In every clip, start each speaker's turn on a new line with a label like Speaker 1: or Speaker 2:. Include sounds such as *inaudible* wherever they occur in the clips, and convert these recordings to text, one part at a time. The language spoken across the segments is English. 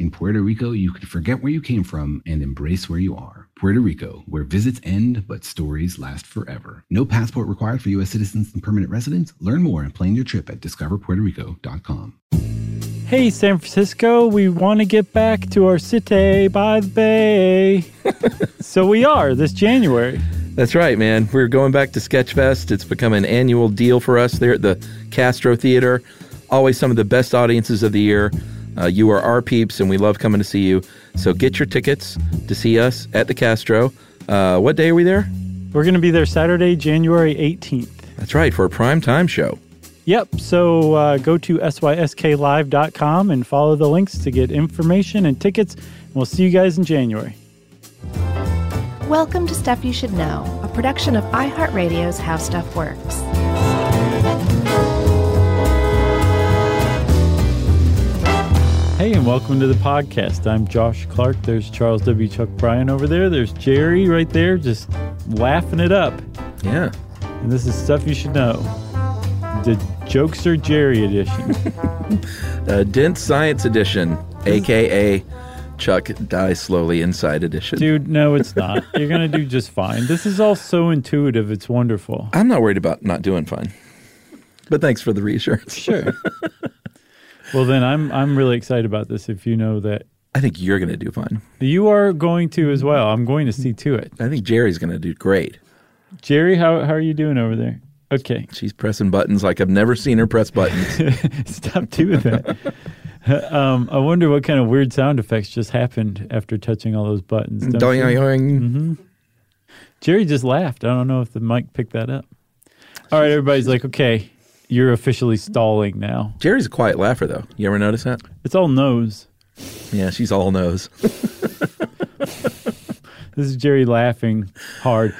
Speaker 1: In Puerto Rico, you can forget where you came from and embrace where you are. Puerto Rico, where visits end but stories last forever. No passport required for U.S. citizens and permanent residents. Learn more and plan your trip at discoverpuertorico.com.
Speaker 2: Hey, San Francisco, we want to get back to our city by the bay. so we are this January.
Speaker 3: That's right, man. We're going back to Sketchfest. It's become an annual deal for us there at the Castro Theater. Always some of the best audiences of the year. Uh, you are our peeps, and we love coming to see you. So get your tickets to see us at the Castro. Uh, what day are we there?
Speaker 2: We're going to be there Saturday, January 18th.
Speaker 3: That's right, for a prime time show.
Speaker 2: Yep. So uh, go to sysklive.com and follow the links to get information and tickets. And we'll see you guys in January.
Speaker 4: Welcome to Stuff You Should Know, a production of iHeartRadio's How Stuff Works.
Speaker 2: Hey, and welcome to the podcast. I'm Josh Clark. There's Charles W. Chuck Bryan over there. There's Jerry right there, just laughing it up.
Speaker 3: Yeah.
Speaker 2: And this is Stuff You Should Know the Jokester Jerry edition.
Speaker 3: Uh, Dense Science Edition, aka Chuck Die Slowly Inside Edition.
Speaker 2: Dude, no, it's not. You're going to do just fine. This is all so intuitive. It's wonderful.
Speaker 3: I'm not worried about not doing fine. But thanks for the reassurance.
Speaker 2: Sure. *laughs* well, then I'm, I'm really excited about this if you know that
Speaker 3: I think you're going to do fine.
Speaker 2: you are going to as well. I'm going to see to it.
Speaker 3: I think Jerry's going to do great.
Speaker 2: Jerry, how, how are you doing over there? Okay. *laughs*
Speaker 3: She's pressing buttons like I've never seen her press buttons.
Speaker 2: Stop doing that. *laughs* um, I wonder what kind of weird sound effects just happened after touching all those buttons. don't
Speaker 3: Doing,
Speaker 2: you? Mm-hmm.
Speaker 3: doing.
Speaker 2: Jerry just laughed. I don't know if the mic picked that up. All right, everybody's like, okay, you're officially stalling now.
Speaker 3: Jerry's a quiet laugher, though. You ever notice that?
Speaker 2: It's all nose.
Speaker 3: Yeah, she's all nose. *laughs*
Speaker 2: This is Jerry laughing hard.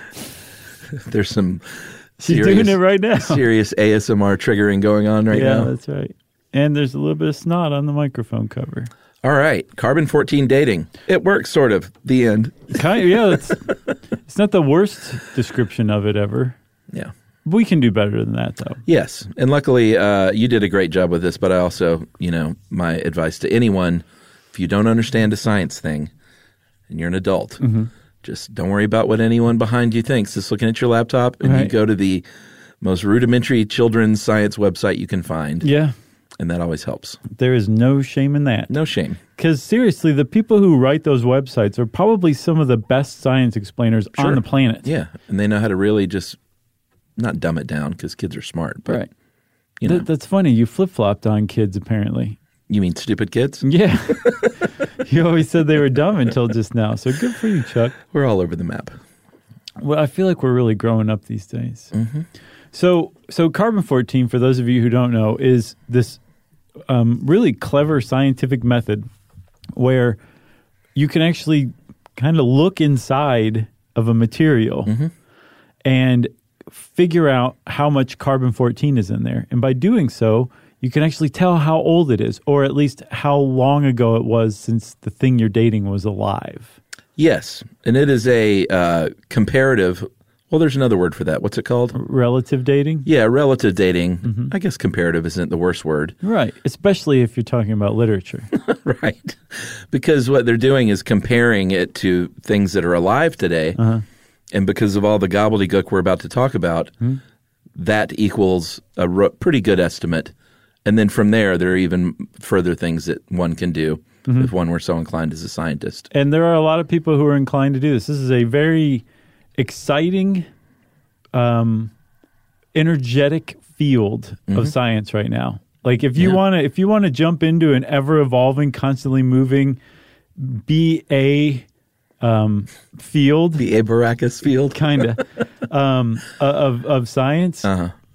Speaker 3: There's some
Speaker 2: *laughs* She's
Speaker 3: serious,
Speaker 2: doing it right now.
Speaker 3: serious ASMR triggering going on right
Speaker 2: yeah,
Speaker 3: now.
Speaker 2: that's right. And there's a little bit of snot on the microphone cover.
Speaker 3: All right, carbon 14 dating. It works, sort of. The end.
Speaker 2: Kind yeah,
Speaker 3: *laughs*
Speaker 2: that's, it's not the worst description of it ever.
Speaker 3: Yeah.
Speaker 2: We can do better than that, though.
Speaker 3: Yes, and luckily uh, you did a great job with this. But I also, you know, my advice to anyone: if you don't understand a science thing, and you're an adult,
Speaker 2: Mm-hmm.
Speaker 3: just don't worry about what anyone behind you thinks. Just looking at your laptop, and you
Speaker 2: Right.
Speaker 3: go to the most rudimentary children's science website you can find,
Speaker 2: Yeah,
Speaker 3: and that always helps.
Speaker 2: there is no shame in that.
Speaker 3: No shame.
Speaker 2: Because seriously, the people who write those websites are probably some of the best science explainers on
Speaker 3: Sure.
Speaker 2: the planet.
Speaker 3: Yeah, and they know how to really just not dumb it down because kids are smart. But
Speaker 2: Right.
Speaker 3: you know,
Speaker 2: That, that's funny. You flip flopped on kids, apparently.
Speaker 3: you mean stupid kids? *laughs*
Speaker 2: Yeah. *laughs* you always said they were dumb until just now. So good for you, Chuck.
Speaker 3: We're all over the map.
Speaker 2: Well, I feel like we're really growing up these days. So, so carbon fourteen, for those of you who don't know, is this um, really clever scientific method where you can actually kind of look inside of a material and figure out how much carbon fourteen is in there, and by doing so. You can actually tell how old it is, or at least how long ago it was since the thing you're dating was alive.
Speaker 3: Yes, and it is a uh, comparative. Well, there's another word for that. What's it called?
Speaker 2: Relative dating?
Speaker 3: Yeah, relative dating. I guess comparative isn't the worst word,
Speaker 2: Right, especially if you're talking about literature. *laughs*
Speaker 3: right? Because what they're doing is comparing it to things that are alive today, and because of all the gobbledygook we're about to talk about, that equals a ro- pretty good estimate. And then from there, there are even further things that one can do if one were so inclined as a scientist.
Speaker 2: and there are a lot of people who are inclined to do this. This is a very exciting, um, energetic field of science right now. Like if you
Speaker 3: Yeah.
Speaker 2: want to if you want to jump into an ever evolving, constantly moving BA um, field,
Speaker 3: The Abaracus field.
Speaker 2: kinda um, uh, of of science,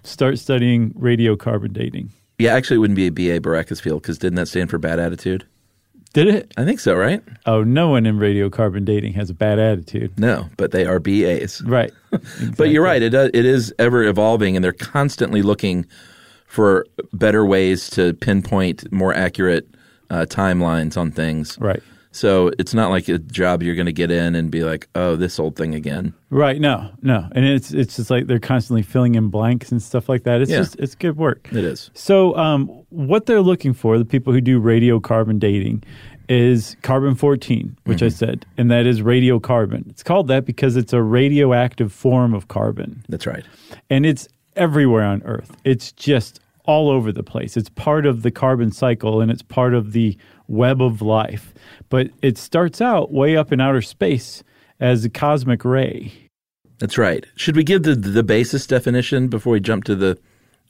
Speaker 2: start studying radiocarbon dating.
Speaker 3: Yeah, actually, it wouldn't be a BA Baracus field because didn't that stand for bad attitude?
Speaker 2: Did it?
Speaker 3: I think so, right?
Speaker 2: Oh, no one in radiocarbon dating has a bad attitude.
Speaker 3: No, but they are BAs.
Speaker 2: Right.
Speaker 3: *laughs* But
Speaker 2: Exactly.
Speaker 3: you're right. It does, it is ever evolving, and they're constantly looking for better ways to pinpoint more accurate uh, timelines on things.
Speaker 2: Right.
Speaker 3: So it's not like a job you're going to get in and be like, oh, this old thing again.
Speaker 2: Right. No. No. And it's it's just like they're constantly filling in blanks and stuff like that. It's
Speaker 3: Yeah.
Speaker 2: just it's good work.
Speaker 3: It is.
Speaker 2: So, um, what they're looking for, the people who do radiocarbon dating, is carbon 14, which
Speaker 3: Mm-hmm.
Speaker 2: I said, and that is radiocarbon. It's called that because it's a radioactive form of carbon,
Speaker 3: That's right.
Speaker 2: and it's everywhere on Earth. It's just all over the place. It's part of the carbon cycle and it's part of the web of life. But it starts out way up in outer space as a cosmic ray.
Speaker 3: That's right. Should we give the the basis definition before we jump to the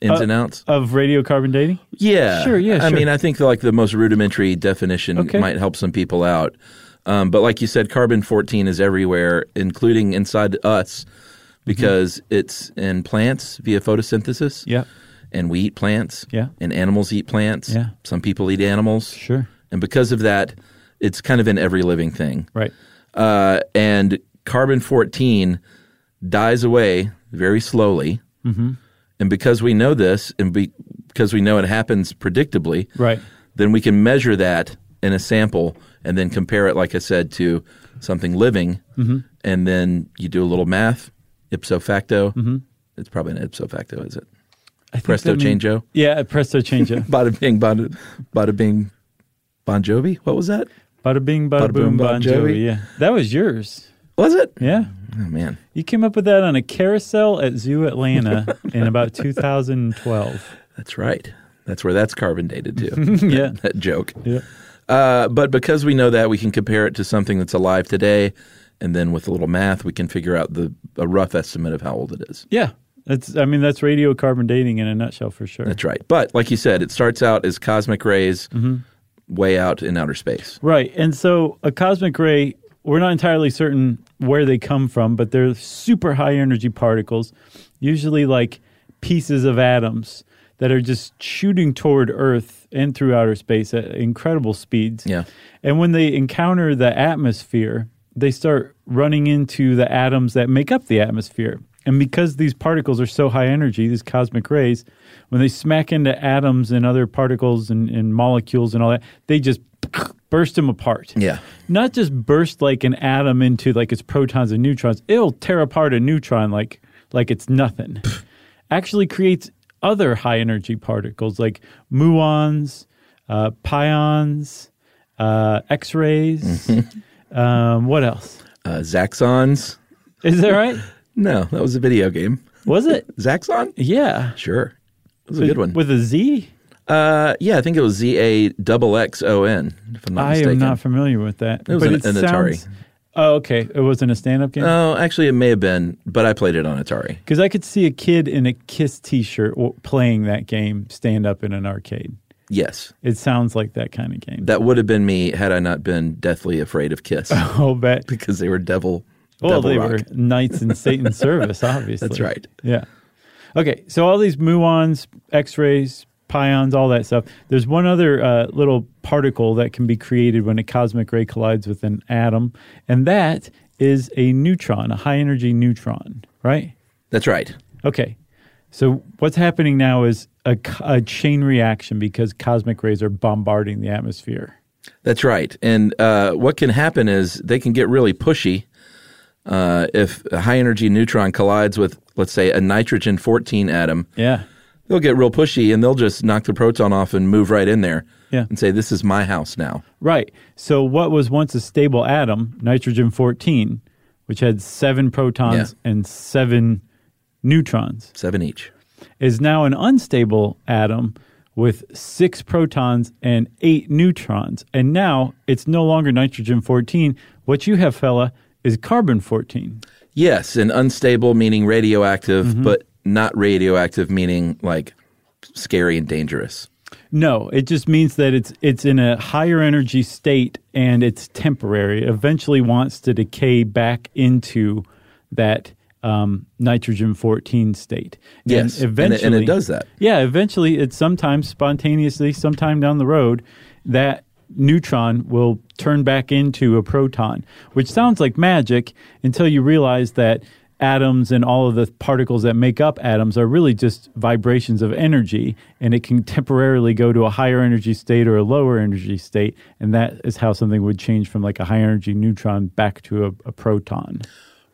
Speaker 3: ins
Speaker 2: Uh,
Speaker 3: and outs?
Speaker 2: Of radiocarbon dating?
Speaker 3: Yeah,
Speaker 2: Sure, yeah,
Speaker 3: I
Speaker 2: sure.
Speaker 3: mean, I think like the most rudimentary definition
Speaker 2: Okay.
Speaker 3: might help some people out. Um, but like you said, carbon fourteen is everywhere, including inside us, because it's in plants via photosynthesis.
Speaker 2: Mm-hmm. Yeah.
Speaker 3: and we eat plants.
Speaker 2: Yeah.
Speaker 3: and animals eat plants.
Speaker 2: Yeah.
Speaker 3: some people eat animals.
Speaker 2: Sure.
Speaker 3: and because of that, it's kind of in every living thing.
Speaker 2: Right.
Speaker 3: Uh, and carbon 14 dies away very slowly.
Speaker 2: Mm-hmm.
Speaker 3: And because we know this, and be, because we know it happens predictably,
Speaker 2: Right.
Speaker 3: then we can measure that in a sample and then compare it, like I said, to something living.
Speaker 2: Mm-hmm.
Speaker 3: And then you do a little math, ipso facto.
Speaker 2: Mm-hmm.
Speaker 3: It's probably an ipso facto, is it?
Speaker 2: I think
Speaker 3: Presto
Speaker 2: that mean-
Speaker 3: changeo.
Speaker 2: Yeah, presto changeo.
Speaker 3: *laughs* Bada bing, bada, bada bing, Bon Jovi. What was that?
Speaker 2: Bada bing, bada,
Speaker 3: Bada
Speaker 2: boom,
Speaker 3: boom,
Speaker 2: Bon
Speaker 3: Bon
Speaker 2: Jovi.
Speaker 3: Jovi.
Speaker 2: Yeah, that was yours.
Speaker 3: Was it?
Speaker 2: Yeah,
Speaker 3: Oh man.
Speaker 2: you came up with that on a carousel at Zoo Atlanta in about 2012.
Speaker 3: That's right. That's where that's carbon
Speaker 2: *laughs*
Speaker 3: dated to.
Speaker 2: Yeah,
Speaker 3: that joke.
Speaker 2: yeah,
Speaker 3: Uh, but because we know that, we can compare it to something that's alive today, and then with a little math, we can figure out the a rough estimate of how old it is.
Speaker 2: yeah. That's I mean that's radiocarbon dating in a nutshell for sure.
Speaker 3: That's right. But like you said, it starts out as cosmic rays
Speaker 2: Mm-hmm.
Speaker 3: way out in outer space.
Speaker 2: Right, and so a cosmic ray, we're not entirely certain where they come from, but they're super high energy particles, usually like pieces of atoms that are just shooting toward Earth and through outer space at incredible speeds.
Speaker 3: Yeah.
Speaker 2: And when they encounter the atmosphere, they start running into the atoms that make up the atmosphere. And because these particles are so high energy, these cosmic rays, when they smack into atoms and other particles and, and molecules and all that, they just *sniffs* burst them apart.
Speaker 3: Yeah.
Speaker 2: Not just burst like an atom into like its protons and neutrons, it'll tear apart a neutron like like it's
Speaker 3: *laughs*
Speaker 2: nothing. Actually creates other high energy particles like muons, uh, pions, uh, X
Speaker 3: *laughs*
Speaker 2: rays. um, what else?
Speaker 3: Uh, Zaxxons?
Speaker 2: Is that right?
Speaker 3: No, that was a video game.
Speaker 2: Was it?
Speaker 3: Zaxxon?
Speaker 2: Yeah.
Speaker 3: Sure. That was a good one.
Speaker 2: With a Z?
Speaker 3: uh, yeah, I think it was Z A double X O N, if I'm not
Speaker 2: I
Speaker 3: mistaken.
Speaker 2: am not familiar with that.
Speaker 3: It was an- an Atari.
Speaker 2: Oh, okay. It wasn't a stand up game?
Speaker 3: oh, actually, it may have been, but I played it on Atari.
Speaker 2: Because I could see a kid in a Kiss T-shirt w- playing that game stand up in an arcade.
Speaker 3: Yes.
Speaker 2: It sounds like that kind of game. *laughs*
Speaker 3: That would have been me had I not been deathly afraid of Kiss
Speaker 2: I'll bet.
Speaker 3: *laughs* because they were devil.
Speaker 2: Well,
Speaker 3: devil
Speaker 2: Oh. they
Speaker 3: rock.
Speaker 2: were knights in
Speaker 3: *laughs*
Speaker 2: Satan's service, obviously.
Speaker 3: That's right.
Speaker 2: Yeah. Okay. So all these muons, X-rays, pions, all that stuff. There's one other uh, little particle that can be created when a cosmic ray collides with an atom, and that is a neutron, a high energy neutron, right?
Speaker 3: That's right.
Speaker 2: Okay. So what's happening now is a, c- a chain reaction because cosmic rays are bombarding the atmosphere.
Speaker 3: That's right. And uh, what can happen is they can get really pushy uh, if a high energy neutron collides with, let's say, a nitrogen 14 atom.
Speaker 2: Yeah.
Speaker 3: They'll get real pushy and they'll just knock the proton off and move right in there
Speaker 2: Yeah.
Speaker 3: and say, This is my house now.
Speaker 2: Right. So what was once a stable atom, nitrogen 14, which had 7 protons and 7 neutrons,
Speaker 3: Seven each.
Speaker 2: is now an unstable atom with 6 protons and 8 neutrons. And now it's no longer nitrogen 14. What you have, fella, is carbon 14.
Speaker 3: Yes. And unstable meaning
Speaker 2: Mm-hmm.
Speaker 3: radioactive, but not radioactive meaning like scary and dangerous.
Speaker 2: No, it just means that it's it's in a higher energy state and it's temporary. Eventually, wants to decay back into that um, nitrogen fourteen state. And
Speaker 3: Yes, and it- and it
Speaker 2: eventually,
Speaker 3: does that.
Speaker 2: Yeah, eventually, it's sometimes spontaneously, sometime down the road, that neutron will turn back into a proton, which sounds like magic until you realize that atoms and all of the particles that make up atoms are really just vibrations of energy, and it can temporarily go to a higher energy state or a lower energy state, and that is how something would change from like a high energy neutron back to a, a proton.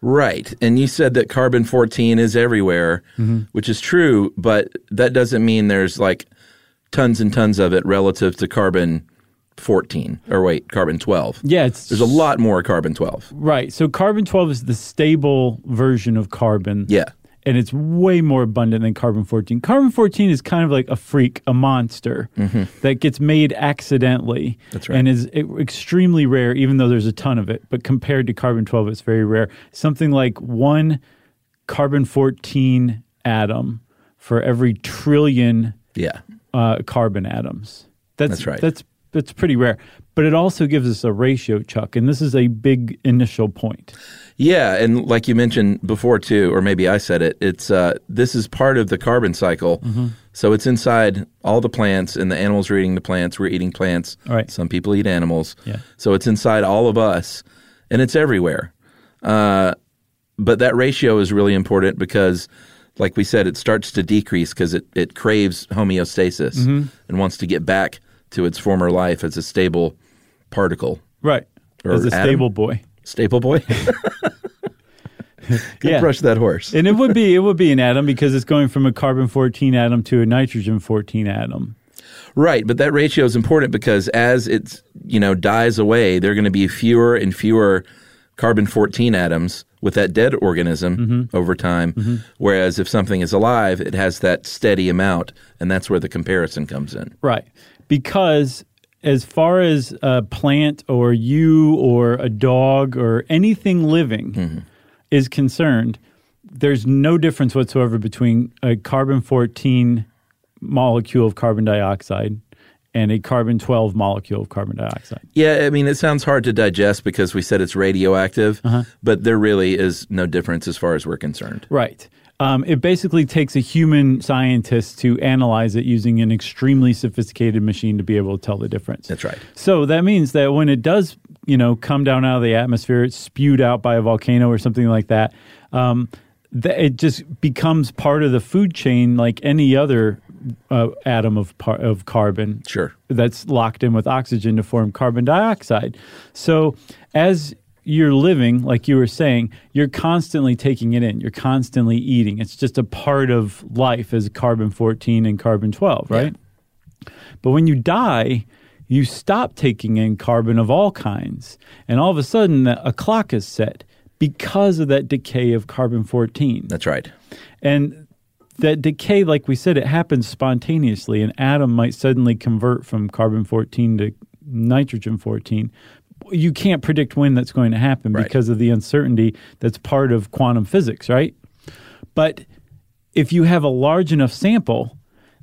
Speaker 3: Right. And you said that carbon 14 is everywhere, which is true, but that doesn't mean there's like tons and tons of it relative to carbon 14 or wait, carbon 12.
Speaker 2: Yeah, it's
Speaker 3: There's a lot more carbon 12.
Speaker 2: Right. So carbon 12 is the stable version of carbon.
Speaker 3: Yeah.
Speaker 2: And it's way more abundant than carbon 14. Carbon 14 is kind of like a freak, a monster that gets made accidentally
Speaker 3: Mm-hmm. That's right.
Speaker 2: and is e- extremely rare, even though there's a ton of it. But compared to carbon 12, it's very rare. Something like one carbon 14 atom for every trillion
Speaker 3: Yeah.
Speaker 2: uh, carbon atoms. That's,
Speaker 3: That's right.
Speaker 2: That's that's pretty rare. But it also gives us a ratio, Chuck, and this is a big initial point.
Speaker 3: Yeah, and like you mentioned before too, or maybe I said it. It's uh, this is part of the carbon cycle,
Speaker 2: Mm-hmm.
Speaker 3: so it's inside all the plants, and the animals are eating the plants. We're eating plants.
Speaker 2: All right.
Speaker 3: Some people eat animals.
Speaker 2: Yeah.
Speaker 3: So it's inside all of us, and it's everywhere. Uh, but that ratio is really important because, like we said, it starts to decrease because it it craves homeostasis
Speaker 2: Mm-hmm.
Speaker 3: and wants to get back to its former life as a stable particle.
Speaker 2: Right.
Speaker 3: Or
Speaker 2: As a
Speaker 3: atom.
Speaker 2: stable boy. *laughs*
Speaker 3: Staple boy,
Speaker 2: Yeah.
Speaker 3: brush that horse.
Speaker 2: and it would be it would be an atom because it's going from a carbon 14 atom to a nitrogen 14 atom.
Speaker 3: Right, but that ratio is important because as it's you know dies away, there are going to be fewer and fewer carbon fourteen atoms with that dead organism
Speaker 2: Mm-hmm.
Speaker 3: over time. Whereas if something is alive, it has that steady amount, and that's where the comparison comes in.
Speaker 2: Right. Because as far as a plant or you or a dog or anything living is concerned, there's no difference whatsoever between a carbon 14 molecule of carbon dioxide and a carbon 12 molecule of carbon dioxide.
Speaker 3: Yeah, I mean it sounds hard to digest because we said it's radioactive,
Speaker 2: Uh-huh.
Speaker 3: but there really is no difference as far as we're concerned.
Speaker 2: Right. Um, it basically takes a human scientist to analyze it using an extremely sophisticated machine to be able to tell the difference.
Speaker 3: That's right.
Speaker 2: So that means that when it does, you know, come down out of the atmosphere, it's spewed out by a volcano or something like that. Um, th- it just becomes part of the food chain, like any other uh, atom of par- of carbon
Speaker 3: Sure.
Speaker 2: that's locked in with oxygen to form carbon dioxide. So as you're living, like you were saying, you're constantly taking it in. You're constantly eating. It's just a part of life as carbon 14 and carbon 12, right? But when you die, you stop taking in carbon of all kinds. And all of a sudden, a clock is set because of that decay of carbon 14.
Speaker 3: That's right.
Speaker 2: And that decay, like we said, it happens spontaneously. An atom might suddenly convert from carbon 14 to nitrogen 14. You can't predict when that's going to happen
Speaker 3: Right.
Speaker 2: because of the uncertainty that's part of quantum physics, right? But if you have a large enough sample,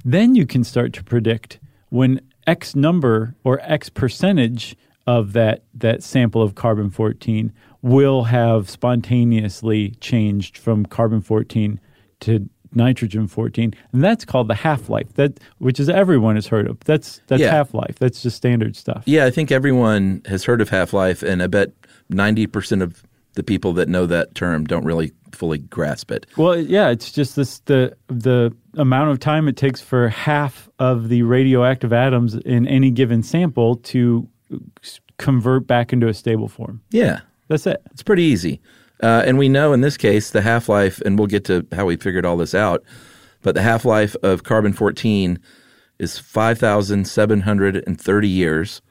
Speaker 2: then you can start to predict when X number or X percentage of that, that sample of carbon 14 will have spontaneously changed from carbon 14 to nitrogen 14 and that's called the half-life that which is everyone has heard of that's that's
Speaker 3: Yeah.
Speaker 2: half-life that's just standard stuff
Speaker 3: Yeah, I think everyone has heard of Half Life, and I bet 90% of the people that know that term don't really fully grasp it.
Speaker 2: Well, yeah, it's just this the the amount of time it takes for half of the radioactive atoms in any given sample to s- convert back into a stable form.
Speaker 3: Yeah,
Speaker 2: That's it.
Speaker 3: it's pretty easy. Uh, and we know in this case, the half life, and we'll get to how we figured all this out, but the half life of carbon 14 is 5,730 years.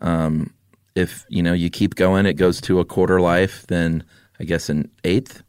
Speaker 3: Um, if you know you keep going, it goes to a quarter life, then I guess an eighth.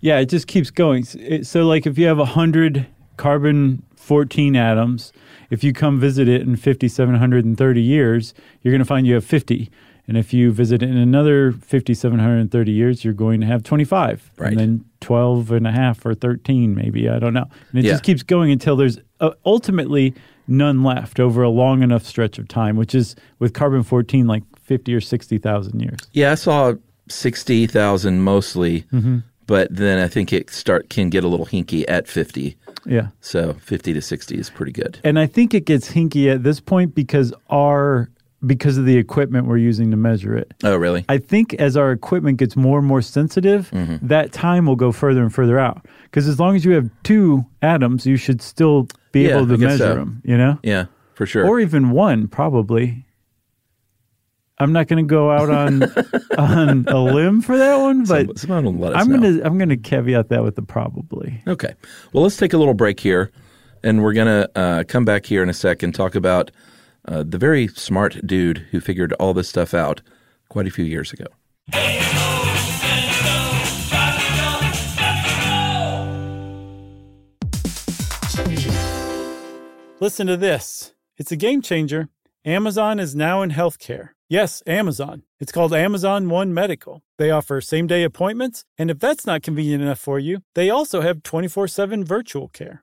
Speaker 2: Yeah, it just keeps going. S- it- So, like, if you have 100 carbon 14 atoms, if you come visit it in 5,730 years, you're going to find you have 50. And if you visit it in another 5,730 years, you're going to have 25.
Speaker 3: Right.
Speaker 2: And then 12 and a half or 13, maybe. I don't know. And it
Speaker 3: Yeah.
Speaker 2: just keeps going until there's uh, ultimately none left over a long enough stretch of time, which is with carbon 14 like 50 or 60,000 years.
Speaker 3: Yeah, I saw sixty thousand mostly,
Speaker 2: Mm-hmm.
Speaker 3: but then I think it start can get a little hinky at fifty.
Speaker 2: Yeah.
Speaker 3: So fifty to sixty is pretty good.
Speaker 2: And I think it gets hinky at this point because our because of the equipment we're using to measure it.
Speaker 3: Oh, really?
Speaker 2: I think as our equipment gets more and more sensitive,
Speaker 3: Mm-hmm.
Speaker 2: that time will go further and further out. Because as long as you have two atoms, you should still be
Speaker 3: Yeah,
Speaker 2: able
Speaker 3: I
Speaker 2: to
Speaker 3: guess
Speaker 2: measure
Speaker 3: so.
Speaker 2: them. You know,
Speaker 3: yeah, for sure.
Speaker 2: or even one probably. I'm not going to go out
Speaker 3: *laughs*
Speaker 2: on on a limb for that one, but
Speaker 3: Some- someone will let us
Speaker 2: I'm
Speaker 3: know.
Speaker 2: gonna I'm gonna caveat that with the probably.
Speaker 3: Okay. Well, let's take a little break here, and we're going to uh, come back here in a sec and talk about uh, the very smart dude who figured all this stuff out quite a few years ago.
Speaker 2: Listen to this. It's a game changer. Amazon is now in healthcare. Yes, Amazon. It's called Amazon One Medical. They offer same day appointments, and if that's not convenient enough for you, they also have 24 7 virtual care.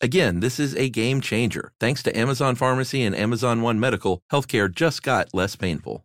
Speaker 3: Again, this is a game changer. Thanks to Amazon Pharmacy and Amazon One Medical, healthcare just got less painful.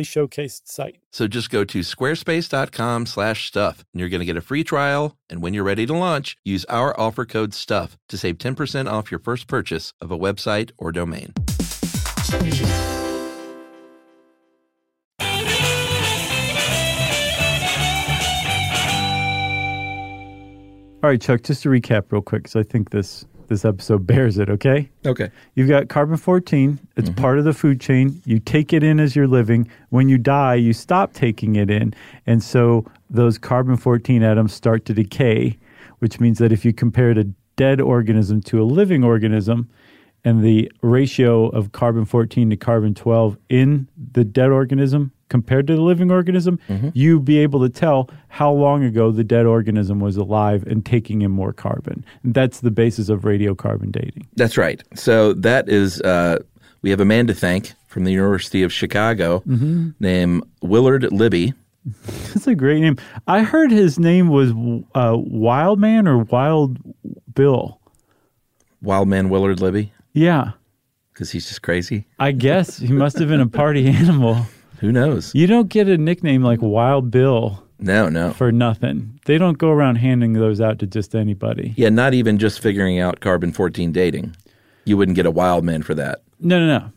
Speaker 2: showcased site.
Speaker 3: So just go to squarespace.com slash stuff and you're going to get a free trial. And when you're ready to launch, use our offer code stuff to save 10% off your first purchase of a website or domain.
Speaker 2: All right, Chuck, just to recap real quick, because I think this, this episode *laughs* bears it, okay?
Speaker 3: Okay.
Speaker 2: You've got carbon 14. It's part of the food chain. You take it in as you're living. When you die, you stop taking it in. And so those carbon 14 atoms start to decay, which means that if you compared a dead organism to a living organism and the ratio of carbon 14 to carbon 12 in the dead organism compared to the living organism, you'd be able to tell how long ago the dead organism was alive and taking in more carbon. And that's the basis of radiocarbon dating.
Speaker 3: That's right. So that is, uh, we have a man to thank from the University of Chicago named Willard Libby.
Speaker 2: That's a great name. I heard his name was uh, Wildman or Wild Bill.
Speaker 3: Wild man Willard Libby,
Speaker 2: Yeah,
Speaker 3: because he's just crazy.
Speaker 2: I guess he must have been a party *laughs* animal.
Speaker 3: Who knows?
Speaker 2: You don't get a nickname like Wild Bill
Speaker 3: No, no.
Speaker 2: for nothing. They don't go around handing those out to just anybody.
Speaker 3: Yeah, not even just figuring out carbon 14 dating. You wouldn't get a wild man for that. *laughs*
Speaker 2: No, no, no.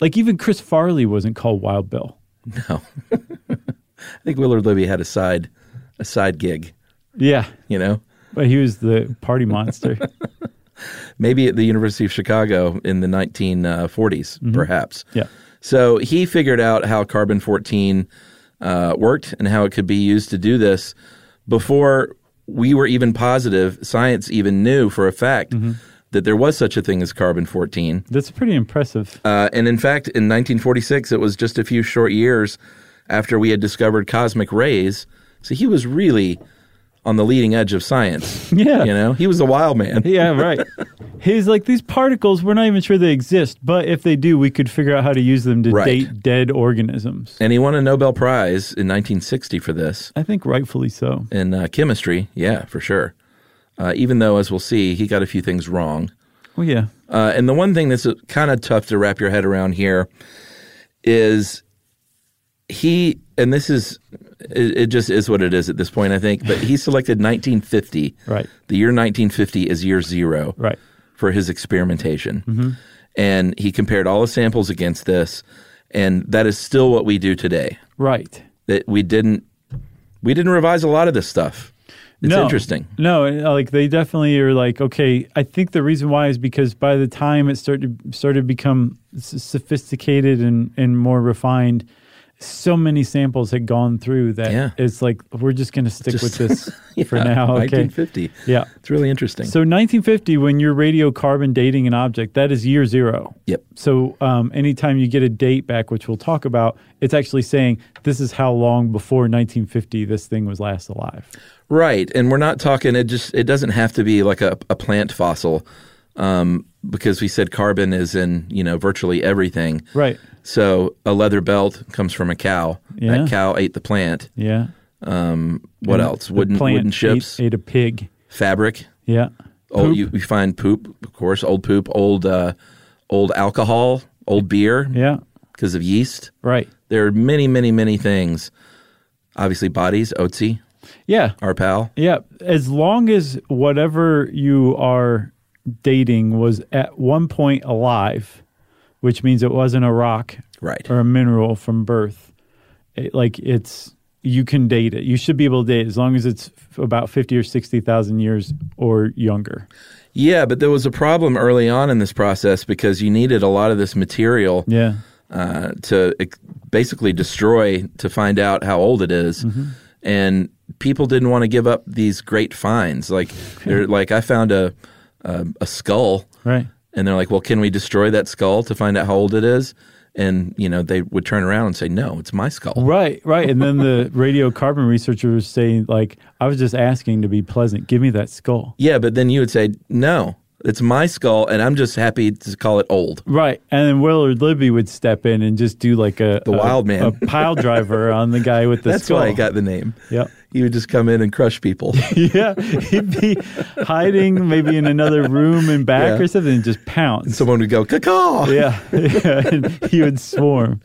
Speaker 2: Like even Chris Farley wasn't called Wild Bill.
Speaker 3: No. *laughs* I think Willard Libby had a side a side gig,
Speaker 2: Yeah,
Speaker 3: you know?
Speaker 2: but he was the party monster. *laughs*
Speaker 3: Maybe at the University of Chicago in the 1940s, perhaps.
Speaker 2: Yeah.
Speaker 3: So he figured out how carbon 14 uh, worked and how it could be used to do this before we were even positive, science even knew for a fact that there was such a thing as carbon 14.
Speaker 2: That's pretty impressive.
Speaker 3: Uh, and in fact, in 1946, it was just a few short years after we had discovered cosmic rays. So he was really on the leading edge of science.
Speaker 2: *laughs* Yeah.
Speaker 3: You know, he was a wild man. *laughs*
Speaker 2: Yeah, right. He's like, these particles, we're not even sure they exist, but if they do, we could figure out how to use them to
Speaker 3: Right.
Speaker 2: date dead organisms.
Speaker 3: And he won a Nobel Prize in 1960 for this
Speaker 2: I think rightfully so.
Speaker 3: in uh, chemistry. Yeah, for sure. Uh, even though, as we'll see, he got a few things wrong.
Speaker 2: Well, yeah.
Speaker 3: Uh, and the one thing that's kind of tough to wrap your head around here is he, and this is, it, it just is what it is at this point, I think, but he selected *laughs* 1950.
Speaker 2: Right.
Speaker 3: The year 1950 is year zero
Speaker 2: Right. Mm-hmm.
Speaker 3: for his experimentation. And he compared all the samples against this. And that is still what we do today.
Speaker 2: Right.
Speaker 3: That we didn't, we didn't revise a lot of this stuff. It's interesting.
Speaker 2: No, and, uh, like they definitely are like okay. I think the reason why is because by the time it started started to become s- sophisticated and and more refined, so many samples had gone through that
Speaker 3: Yeah.
Speaker 2: it's like we're just going to stick
Speaker 3: Just-
Speaker 2: with this *laughs* for
Speaker 3: *laughs* Yeah,
Speaker 2: now. Okay.
Speaker 3: 1950.
Speaker 2: Yeah.
Speaker 3: It's really interesting.
Speaker 2: So 1950, when you're radiocarbon dating an object, that is year zero.
Speaker 3: Yep.
Speaker 2: So um, anytime you get a date back, which we'll talk about, it's actually saying this is how long before 1950 this thing was last alive.
Speaker 3: Right, and we're not talking. It just it doesn't have to be like a, a plant fossil, um, because we said carbon is in you know virtually everything.
Speaker 2: Right.
Speaker 3: So a leather belt comes from a cow.
Speaker 2: Yeah.
Speaker 3: That cow ate the plant.
Speaker 2: Yeah.
Speaker 3: What
Speaker 2: And
Speaker 3: else?
Speaker 2: the
Speaker 3: Wooden
Speaker 2: plant
Speaker 3: wooden ships,
Speaker 2: Ate, ate a pig.
Speaker 3: fabric.
Speaker 2: Yeah.
Speaker 3: Oh,
Speaker 2: Poop.
Speaker 3: you, you find poop, of course, old poop, old uh, old alcohol, old beer,
Speaker 2: Yeah.
Speaker 3: because of yeast.
Speaker 2: Right.
Speaker 3: There are many, many, many things. Obviously, bodies, Otzi,
Speaker 2: Yeah.
Speaker 3: our pal.
Speaker 2: Yeah. As long as whatever you are dating was at one point alive, which means it wasn't a rock
Speaker 3: Right.
Speaker 2: or a mineral from birth, it, like it's you can date it. You should be able to date it as long as it's f- about fifty or sixty thousand years or younger.
Speaker 3: Yeah, but there was a problem early on in this process because you needed a lot of this material
Speaker 2: Yeah.
Speaker 3: uh, to ex- basically destroy to find out how old it is. and people didn't want to give up these great finds. Like, they're like I found a, a a skull,
Speaker 2: Right.
Speaker 3: and they're like, "Well, can we destroy that skull to find out how old it is?" And you know, they would turn around and say, "No, it's my skull."
Speaker 2: Right, right. And then *laughs* the radiocarbon researchers say, like, I was just asking to be pleasant. Give me that skull.
Speaker 3: Yeah, but then you would say, "No, it's my skull, and I'm just happy to call it old."
Speaker 2: Right. And then Willard Libby would step in and just do like a
Speaker 3: The
Speaker 2: a-
Speaker 3: wild man.
Speaker 2: a pile driver on the guy with the
Speaker 3: That's
Speaker 2: skull.
Speaker 3: why I got the name.
Speaker 2: Yep.
Speaker 3: He would just come in and crush people.
Speaker 2: *laughs* Yeah. He'd be hiding maybe in another room and back
Speaker 3: Yeah.
Speaker 2: or something and just pounce.
Speaker 3: someone would go caw
Speaker 2: yeah. *laughs* yeah. And he would swarm.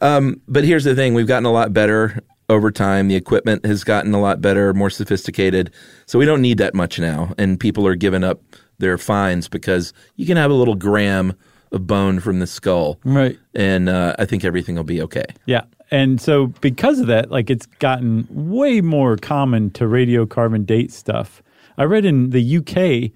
Speaker 3: but here's the thing we've gotten a lot better over time the equipment has gotten a lot better more sophisticated so we don't need that much now and people are giving up their fines because you can have a little gram of bone from the skull
Speaker 2: Right.
Speaker 3: and uh, i think everything will be okay
Speaker 2: Yeah. And so because of that, like it's gotten way more common to radiocarbon date stuff. I read in the UK,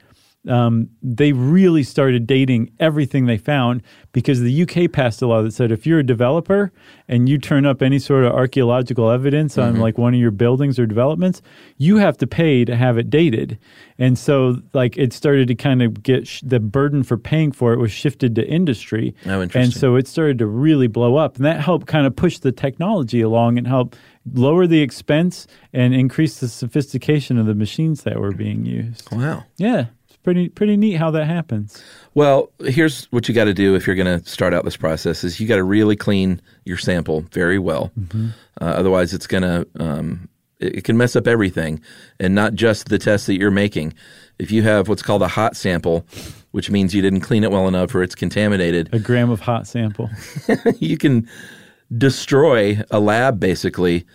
Speaker 2: um, they really started dating everything they found because the UK passed a law that said if you're a developer and you turn up any sort of archaeological evidence
Speaker 3: Mm-hmm.
Speaker 2: on like one of your buildings or developments, you have to pay to have it dated. And so like it started to kind of get sh- the burden for paying for it was shifted to industry. And
Speaker 3: Oh, interesting.
Speaker 2: so it started to really blow up, and that helped kind of push the technology along and help lower the expense and increase the sophistication of the machines that were being used.
Speaker 3: wow
Speaker 2: Yeah, it's pretty pretty neat how that happens.
Speaker 3: well here's what you got to do if you're going to start out this process is you got to really clean your sample very well uh, otherwise it's going to um, it it can mess up everything and not just the test that you're making if you have what's called a hot sample which means you didn't clean it well enough or it's contaminated
Speaker 2: A gram of hot sample.
Speaker 3: *laughs* you can destroy a lab basically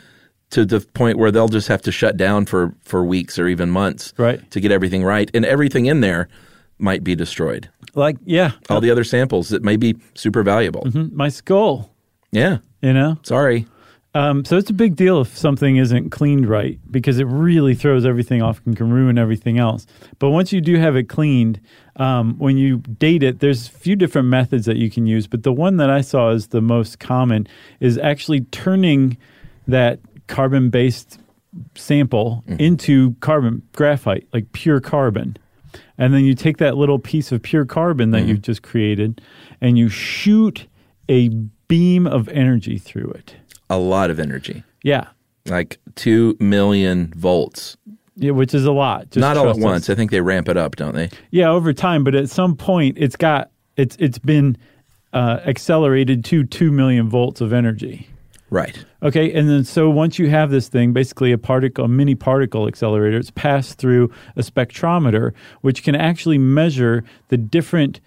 Speaker 3: to the point where they'll just have to shut down for for weeks or even months
Speaker 2: Right.
Speaker 3: to get everything right and everything in there might be destroyed
Speaker 2: Like yeah,
Speaker 3: all the other samples that may be super valuable
Speaker 2: mm, my skull.
Speaker 3: yeah
Speaker 2: You know,
Speaker 3: sorry
Speaker 2: um, so it's a big deal if something isn't cleaned right because it really throws everything off and can ruin everything else. But once you do have it cleaned, um, when you date it, there's a few different methods that you can use. But the one that I saw is the most common is actually turning that carbon based sample into carbon graphite, like pure carbon. And then you take that little piece of pure carbon that you've just created and you shoot a beam of energy through it.
Speaker 3: a lot of energy
Speaker 2: Yeah.
Speaker 3: like 2 million volts
Speaker 2: yeah, which is a lot. Just
Speaker 3: Not all at
Speaker 2: trust us.
Speaker 3: once. I think they ramp it up, don't they?
Speaker 2: Yeah, over time, but at some point, it's got it's it's been uh, accelerated to two million volts of energy.
Speaker 3: Right.
Speaker 2: Okay, and then so once you have this thing, basically a particle, a mini particle accelerator, it's passed through a spectrometer, which can actually measure the different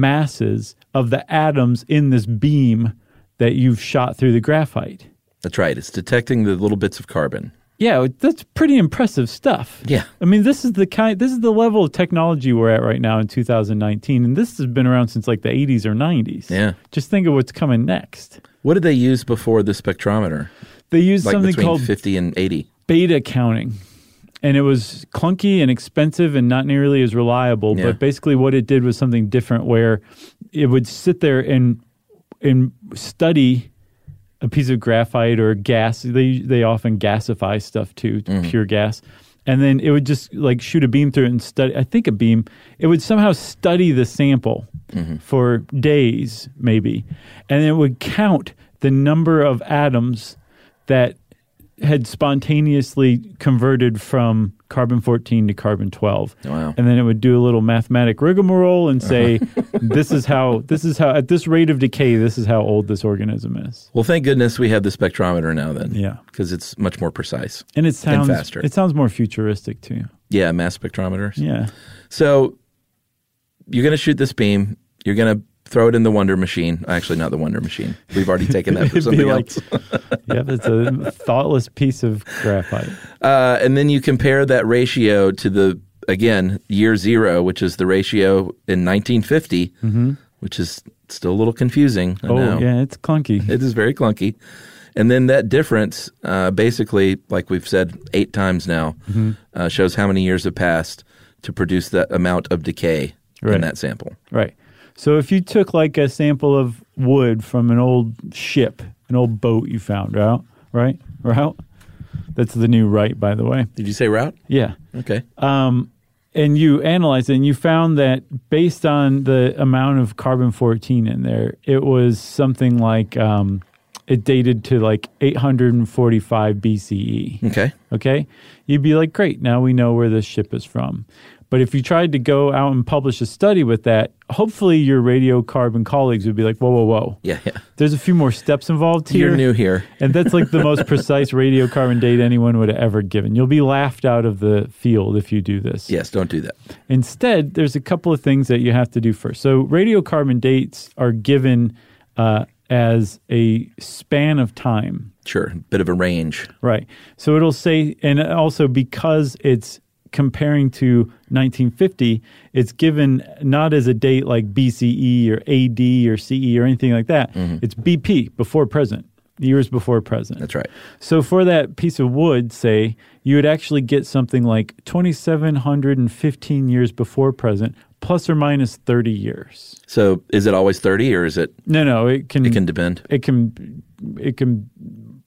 Speaker 2: masses of the atoms in this beam that you've shot through the graphite.
Speaker 3: That's right. It's detecting the little bits of carbon.
Speaker 2: Yeah, that's pretty impressive stuff.
Speaker 3: Yeah.
Speaker 2: I mean, this is the kind this is the level of technology we're at right now in 2019 and this has been around since like the 80s or 90s.
Speaker 3: Yeah.
Speaker 2: Just think of what's coming next.
Speaker 3: What did they use before the spectrometer?
Speaker 2: They used
Speaker 3: Like
Speaker 2: something
Speaker 3: between
Speaker 2: called
Speaker 3: 50 and 80.
Speaker 2: beta counting. And it was clunky and expensive and not nearly as reliable,
Speaker 3: Yeah.
Speaker 2: but basically what it did was something different where it would sit there and and study a piece of graphite or gas. They they often gasify stuff too, pure gas. And then it would just like shoot a beam through it and study. I think a beam. It would somehow study the sample for days, maybe, and it would count the number of atoms that had spontaneously converted from carbon fourteen to carbon twelve.
Speaker 3: Wow.
Speaker 2: And then it would do a little mathematic rigmarole and say, "This is how. This is how. At this rate of decay, this is how old this organism is."
Speaker 3: Well, thank goodness we have the spectrometer now then.
Speaker 2: Yeah.
Speaker 3: Because it's much more precise.
Speaker 2: And it sounds
Speaker 3: faster.
Speaker 2: It sounds more futuristic
Speaker 3: *laughs*
Speaker 2: too.
Speaker 3: Yeah, mass spectrometers.
Speaker 2: Yeah.
Speaker 3: So you're going to shoot this beam. You're going to throw it in the Wonder Machine. Actually, not the Wonder Machine. We've already
Speaker 2: *laughs*
Speaker 3: taken that for
Speaker 2: It'd be
Speaker 3: something
Speaker 2: like,
Speaker 3: else.
Speaker 2: yep, it's a thoughtless piece of graphite.
Speaker 3: Uh, and then you compare that ratio to the, again, year zero, which is the ratio in 1950, which is still a little confusing. I
Speaker 2: Mm-hmm. Oh
Speaker 3: know.
Speaker 2: yeah, it's clunky.
Speaker 3: It is very clunky. And then that difference, uh, basically, like we've said eight times now,
Speaker 2: Mm-hmm.
Speaker 3: uh, shows how many years have passed to produce that amount of decay in
Speaker 2: Right.
Speaker 3: that sample.
Speaker 2: Right. So if you took like a sample of wood from an old ship, an old boat you found out, right? Route. That's the new right, by the way.
Speaker 3: Did you say route?
Speaker 2: Yeah.
Speaker 3: Okay.
Speaker 2: Uh, and you analyzed it and you found that based on the amount of carbon 14 in there, it was something like um, it dated to like 845 BCE.
Speaker 3: okay.
Speaker 2: Okay. You'd be like, great, now we know where this ship is from. But if you tried to go out and publish a study with that, hopefully your radiocarbon colleagues would be like, whoa, whoa, whoa.
Speaker 3: Yeah, yeah.
Speaker 2: There's a few more steps involved here.
Speaker 3: You're new here.
Speaker 2: *laughs* And that's like the most precise radiocarbon data anyone would have ever given. You'll be laughed out of the field if you do this.
Speaker 3: Yes, don't do that.
Speaker 2: Instead, there's a couple of things that you have to do first. So, radiocarbon dates are given uh, as a span of time,
Speaker 3: Sure. Bit of a range.
Speaker 2: right? So, it'll say, and also because it's comparing to 1950, it's given not as a date like BCE or AD or CE or anything like that. It's BP, before present, years before present.
Speaker 3: Mm-hmm. That's right.
Speaker 2: So for that piece of wood, say, you would actually get something like 2,715 years before present, plus or minus 30 years.
Speaker 3: So is it always 30 or is it,
Speaker 2: No, no, it can
Speaker 3: it can depend?
Speaker 2: it can it can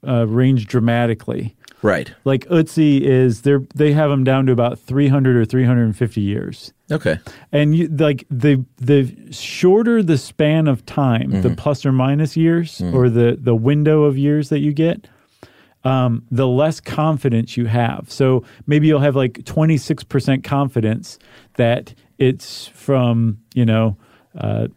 Speaker 2: uh, range dramatically.
Speaker 3: Right.
Speaker 2: Like Utsi is they they have them down to about 300 or 350 years.
Speaker 3: Okay.
Speaker 2: And you, like the the shorter the span of time, the plus or minus years or the the window of years that you get, um, the less confidence you have. So maybe you'll have like twenty six percent confidence that it's from you know. Uh,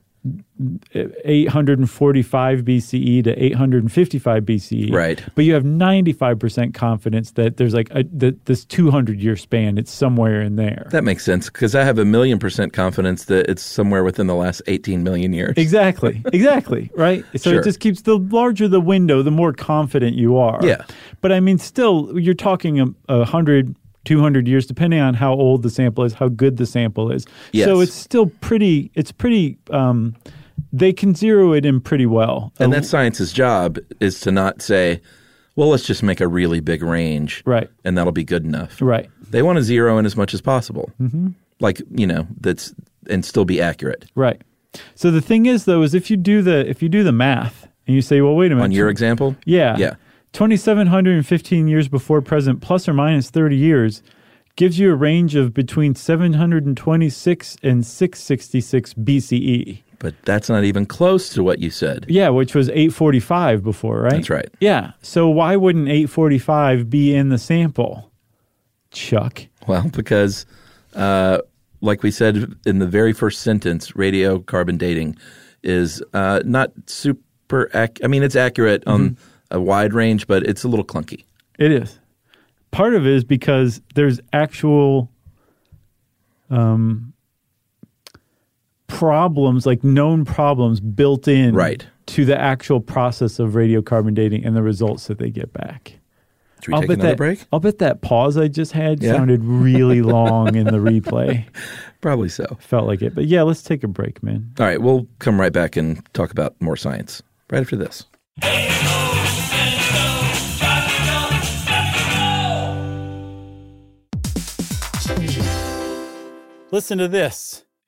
Speaker 2: 845 BCE E to 855 BCE.
Speaker 3: Right.
Speaker 2: E. But you have 95% confidence that there's like a, that this 200 year span, it's somewhere in there.
Speaker 3: That makes sense because I have a million percent confidence that it's somewhere within the last 18 million years. *laughs*
Speaker 2: Exactly. Exactly. Right. So
Speaker 3: Sure.
Speaker 2: it just keeps the larger the window, the more confident you are.
Speaker 3: Yeah.
Speaker 2: But I mean, still, you're talking a, a hundred. 200 years depending on how old the sample is how good the sample is
Speaker 3: Yes.
Speaker 2: so it's still pretty it's pretty um, they can zero it in pretty well
Speaker 3: And
Speaker 2: Uh,
Speaker 3: that's science's job is to not say, well, let's just make a really big range.
Speaker 2: Right.
Speaker 3: And that'll be good enough.
Speaker 2: right
Speaker 3: They want to zero in as much as possible. Mm-hmm. Like, you know, that's, and still be accurate.
Speaker 2: right so the thing is though is if you do the if you do the math and you say well wait a minute
Speaker 3: On your example?
Speaker 2: Yeah.
Speaker 3: Yeah.
Speaker 2: 2,715 years before present, plus or minus 30 years, gives you a range of between 726 and 666 BCE.
Speaker 3: But that's not even close to what you said.
Speaker 2: E. Yeah, which was 845 before, right?
Speaker 3: That's right.
Speaker 2: Yeah. So why wouldn't 845 be in the sample, Chuck?
Speaker 3: Well, because, uh, like we said in the very first sentence, radiocarbon dating is uh, not super. Ac- I mean, it's accurate on a wide range, but it's a little clunky.
Speaker 2: It is. Part of it is because there's actual um, problems, like known problems built in
Speaker 3: Right.
Speaker 2: to the actual process of radiocarbon dating and the results that they get back.
Speaker 3: Should we take another
Speaker 2: that,
Speaker 3: break?
Speaker 2: I'll bet that pause I just had
Speaker 3: Yeah.
Speaker 2: sounded
Speaker 3: *laughs*
Speaker 2: really long in the replay.
Speaker 3: Probably so.
Speaker 2: Felt like it. But yeah, let's take a break, man.
Speaker 3: All right, we'll come right back and talk about more science right after this.
Speaker 2: Listen to this.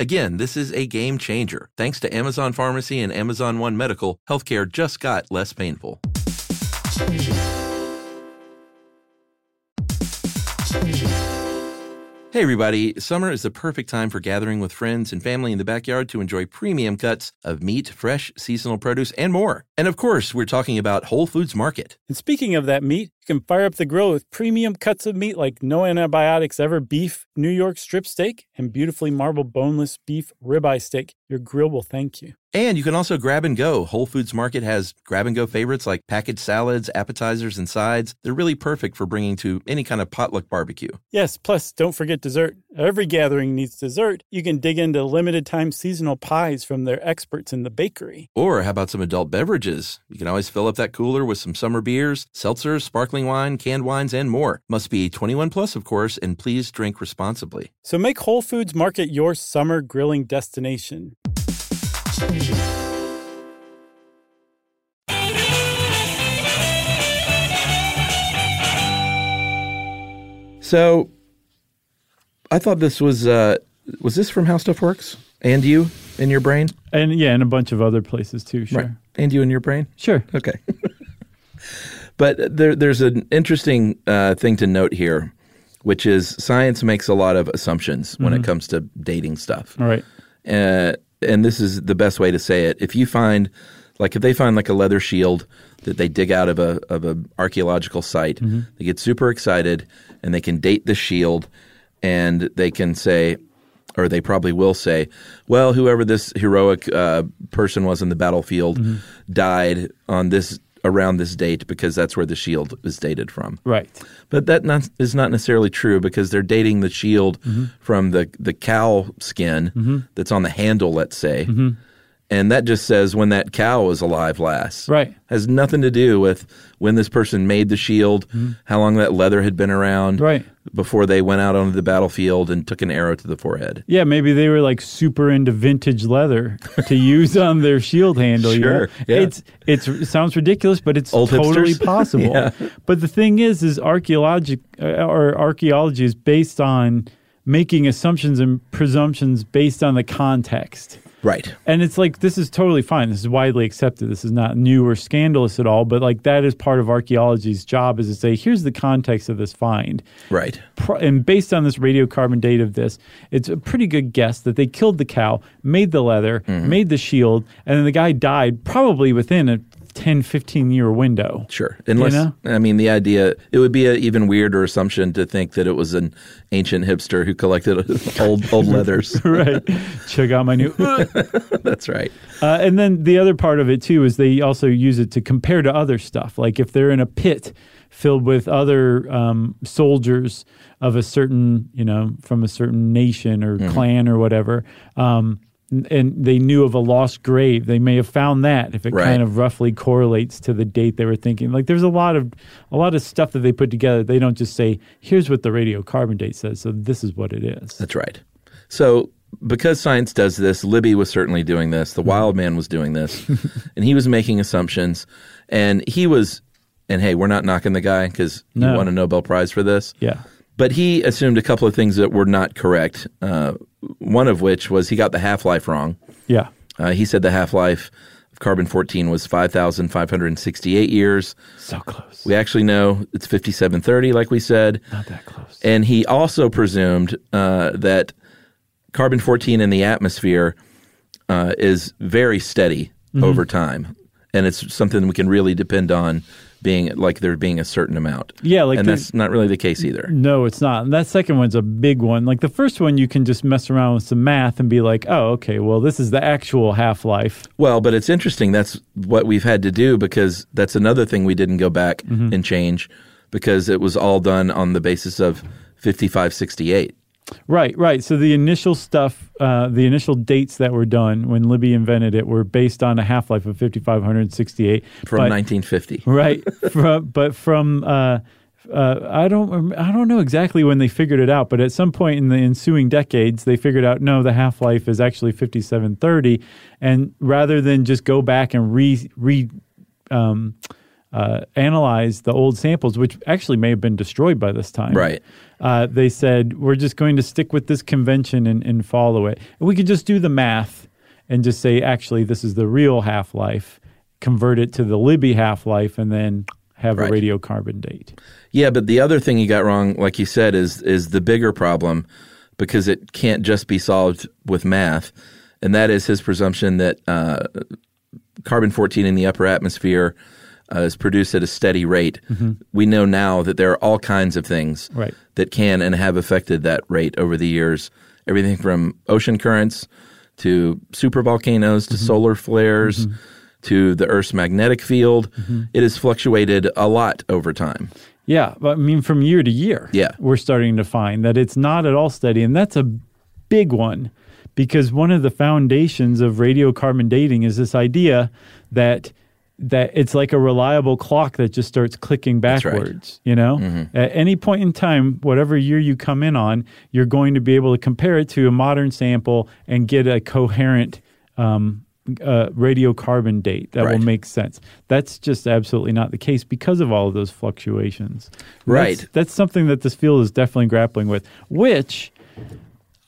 Speaker 3: Again, this is a game changer. Thanks to Amazon Pharmacy and Amazon One Medical, healthcare just got less painful. Hey, everybody. Summer is the perfect time for gathering with friends and family in the backyard to enjoy premium cuts of meat, fresh, seasonal produce, and more. And of course, we're talking about Whole Foods Market.
Speaker 2: And speaking of that meat, you can fire up the grill with premium cuts of meat like no antibiotics ever beef, New York strip steak, and beautifully marbled boneless beef ribeye steak. Your grill will thank you.
Speaker 3: And you can also grab and go. Whole Foods Market has grab and go favorites like packaged salads, appetizers, and sides. They're really perfect for bringing to any kind of potluck barbecue.
Speaker 2: Yes, plus don't forget dessert. Every gathering needs dessert. You can dig into limited time seasonal pies from their experts in the bakery.
Speaker 3: Or how about some adult beverages? You can always fill up that cooler with some summer beers, seltzers, sparkling wine, canned wines, and more. Must be 21 plus, of course, and please drink responsibly.
Speaker 2: So make Whole Foods Market your summer grilling destination.
Speaker 3: So, I thought this was uh, was this from How Stuff Works and you in your brain,
Speaker 2: And yeah, and a bunch of other places too, sure.
Speaker 3: And you in your brain.
Speaker 2: Sure.
Speaker 3: Okay. *laughs* but there, there's an interesting uh, thing to note here, which is science makes a lot of assumptions when
Speaker 2: Mm-hmm.
Speaker 3: it comes to dating stuff.
Speaker 2: All right.
Speaker 3: Uh, and this is the best way to say it. If you find, like, if they find like a leather shield that they dig out of a of a archaeological site, they get super excited and they can date the shield, and they can say, or they probably will say, well, whoever this heroic uh, person was in the battlefield died on this around this date because that's where the shield is dated from.
Speaker 2: Right.
Speaker 3: But that not, is not necessarily true because they're dating the shield
Speaker 2: Mm-hmm.
Speaker 3: from the, the cow skin that's on the handle, let's say.
Speaker 2: Mm-hmm.
Speaker 3: And that just says when that cow was alive last.
Speaker 2: Right.
Speaker 3: Has nothing to do with when this person made the shield, how long that leather had been around
Speaker 2: Mm-hmm. Right.
Speaker 3: before they went out onto the battlefield and took an arrow to the forehead.
Speaker 2: Yeah, maybe they were like super into vintage leather to use on their shield handle. you know?
Speaker 3: Sure, yeah.
Speaker 2: It's it's it sounds ridiculous, but it's
Speaker 3: Old *laughs*
Speaker 2: totally
Speaker 3: hipsters?
Speaker 2: possible.
Speaker 3: Yeah.
Speaker 2: But the thing is, is archaeology uh, or archaeology is based on making assumptions and presumptions based on the context.
Speaker 3: Right.
Speaker 2: And it's like this is totally fine. This is widely accepted. This is not new or scandalous at all. But like that is part of archaeology's job is to say here's the context of this find
Speaker 3: Right.
Speaker 2: pro- and based on this radiocarbon date of this, it's a pretty good guess that they killed the cow, made the leather, made the shield, and then the guy died probably within a 10, 15 year window. *laughs*
Speaker 3: Sure. Unless,
Speaker 2: know?
Speaker 3: I mean, the idea, it would be an even weirder assumption to think that it was an ancient hipster who collected *laughs* old, old leathers.
Speaker 2: *laughs* right. Check out my new. Uh,
Speaker 3: That's right.
Speaker 2: and then the other part of it too is they also use it to compare to other stuff. Like if they're in a pit filled with other um, soldiers of a certain, you know, from a certain nation or
Speaker 3: Mm-hmm.
Speaker 2: clan or whatever, um, n- and they knew of a lost grave, they may have found that if it
Speaker 3: Right.
Speaker 2: kind of roughly correlates to the date they were thinking. Like there's a lot of a lot of stuff that they put together. They don't just say, "Here's what the radiocarbon date says," so this is what it is.
Speaker 3: That's right. So because science does this, Libby was certainly doing this,
Speaker 2: Mm-hmm.
Speaker 3: the wild man was doing this, *laughs* and he was making assumptions. And he was, and hey, we're not knocking the guy because
Speaker 2: No.
Speaker 3: he won a Nobel Prize for this.
Speaker 2: Yeah.
Speaker 3: But he assumed a couple of things that were not correct. Uh, one of which was he got the half life wrong.
Speaker 2: Yeah.
Speaker 3: Uh, he said the half life of carbon 14 was 5,568 years.
Speaker 2: So close.
Speaker 3: We actually know it's 5730, like we said.
Speaker 2: Not that close.
Speaker 3: And he also presumed uh, that carbon 14 in the atmosphere uh, is very steady
Speaker 2: Mm-hmm.
Speaker 3: over time. And it's something we can really depend on being like there being a certain amount.
Speaker 2: Yeah, like
Speaker 3: and
Speaker 2: the-
Speaker 3: that's not really the case either.
Speaker 2: No, it's not. And that second one's a big one. Like the first one, you can just mess around with some math and be like, oh, okay, well, this is the actual half life.
Speaker 3: Well, but it's interesting. That's what we've had to do because that's another thing we didn't go back
Speaker 2: Mm-hmm.
Speaker 3: and change because it was all done on the basis of 5568.
Speaker 2: Right, right. So the initial stuff, uh, the initial dates that were done when Libby invented it were based on a half life of 5,568.
Speaker 3: From
Speaker 2: but,
Speaker 3: 1950.
Speaker 2: Right. from, but from, uh, uh, I don't, rem- I don't know exactly when they figured it out, but at some point in the ensuing decades, they figured out no, the half life is actually fifty-seven thirty, and rather than just go back and re re um, uh, analyze the old samples, which actually may have been destroyed by this time.
Speaker 3: Right.
Speaker 2: Uh, they said, we're just going to stick with this convention and, and follow it. And we could just do the math and just say, actually, this is the real half life, convert it to the Libby half life, and then have
Speaker 3: Right.
Speaker 2: a radiocarbon date.
Speaker 3: Yeah, but the other thing you got wrong, like you said, is is the bigger problem because it can't just be solved with math, and that is his presumption that uh, carbon fourteen in the upper atmosphere uh, is produced at a steady rate. We know now that there are all kinds of things
Speaker 2: Right.
Speaker 3: that can and have affected that rate over the years. Everything from ocean currents to super volcanoes to solar flares. To the Earth's magnetic field, it has fluctuated a lot over time.
Speaker 2: Yeah, but I mean, from year to year,
Speaker 3: Yeah.
Speaker 2: we're starting to find that it's not at all steady, and that's a big one because one of the foundations of radiocarbon dating is this idea that that it's like a reliable clock that just starts clicking
Speaker 3: right. Mm-hmm.
Speaker 2: backwards. You know, at any point in time, whatever year you come in on, you're going to be able to compare it to a modern sample and get a coherent. Um, uh, radiocarbon date that will
Speaker 3: Right.
Speaker 2: make makes sense. That's just absolutely not the case because of all of those fluctuations. And
Speaker 3: Right.
Speaker 2: That's, that's something that this field is definitely grappling with, which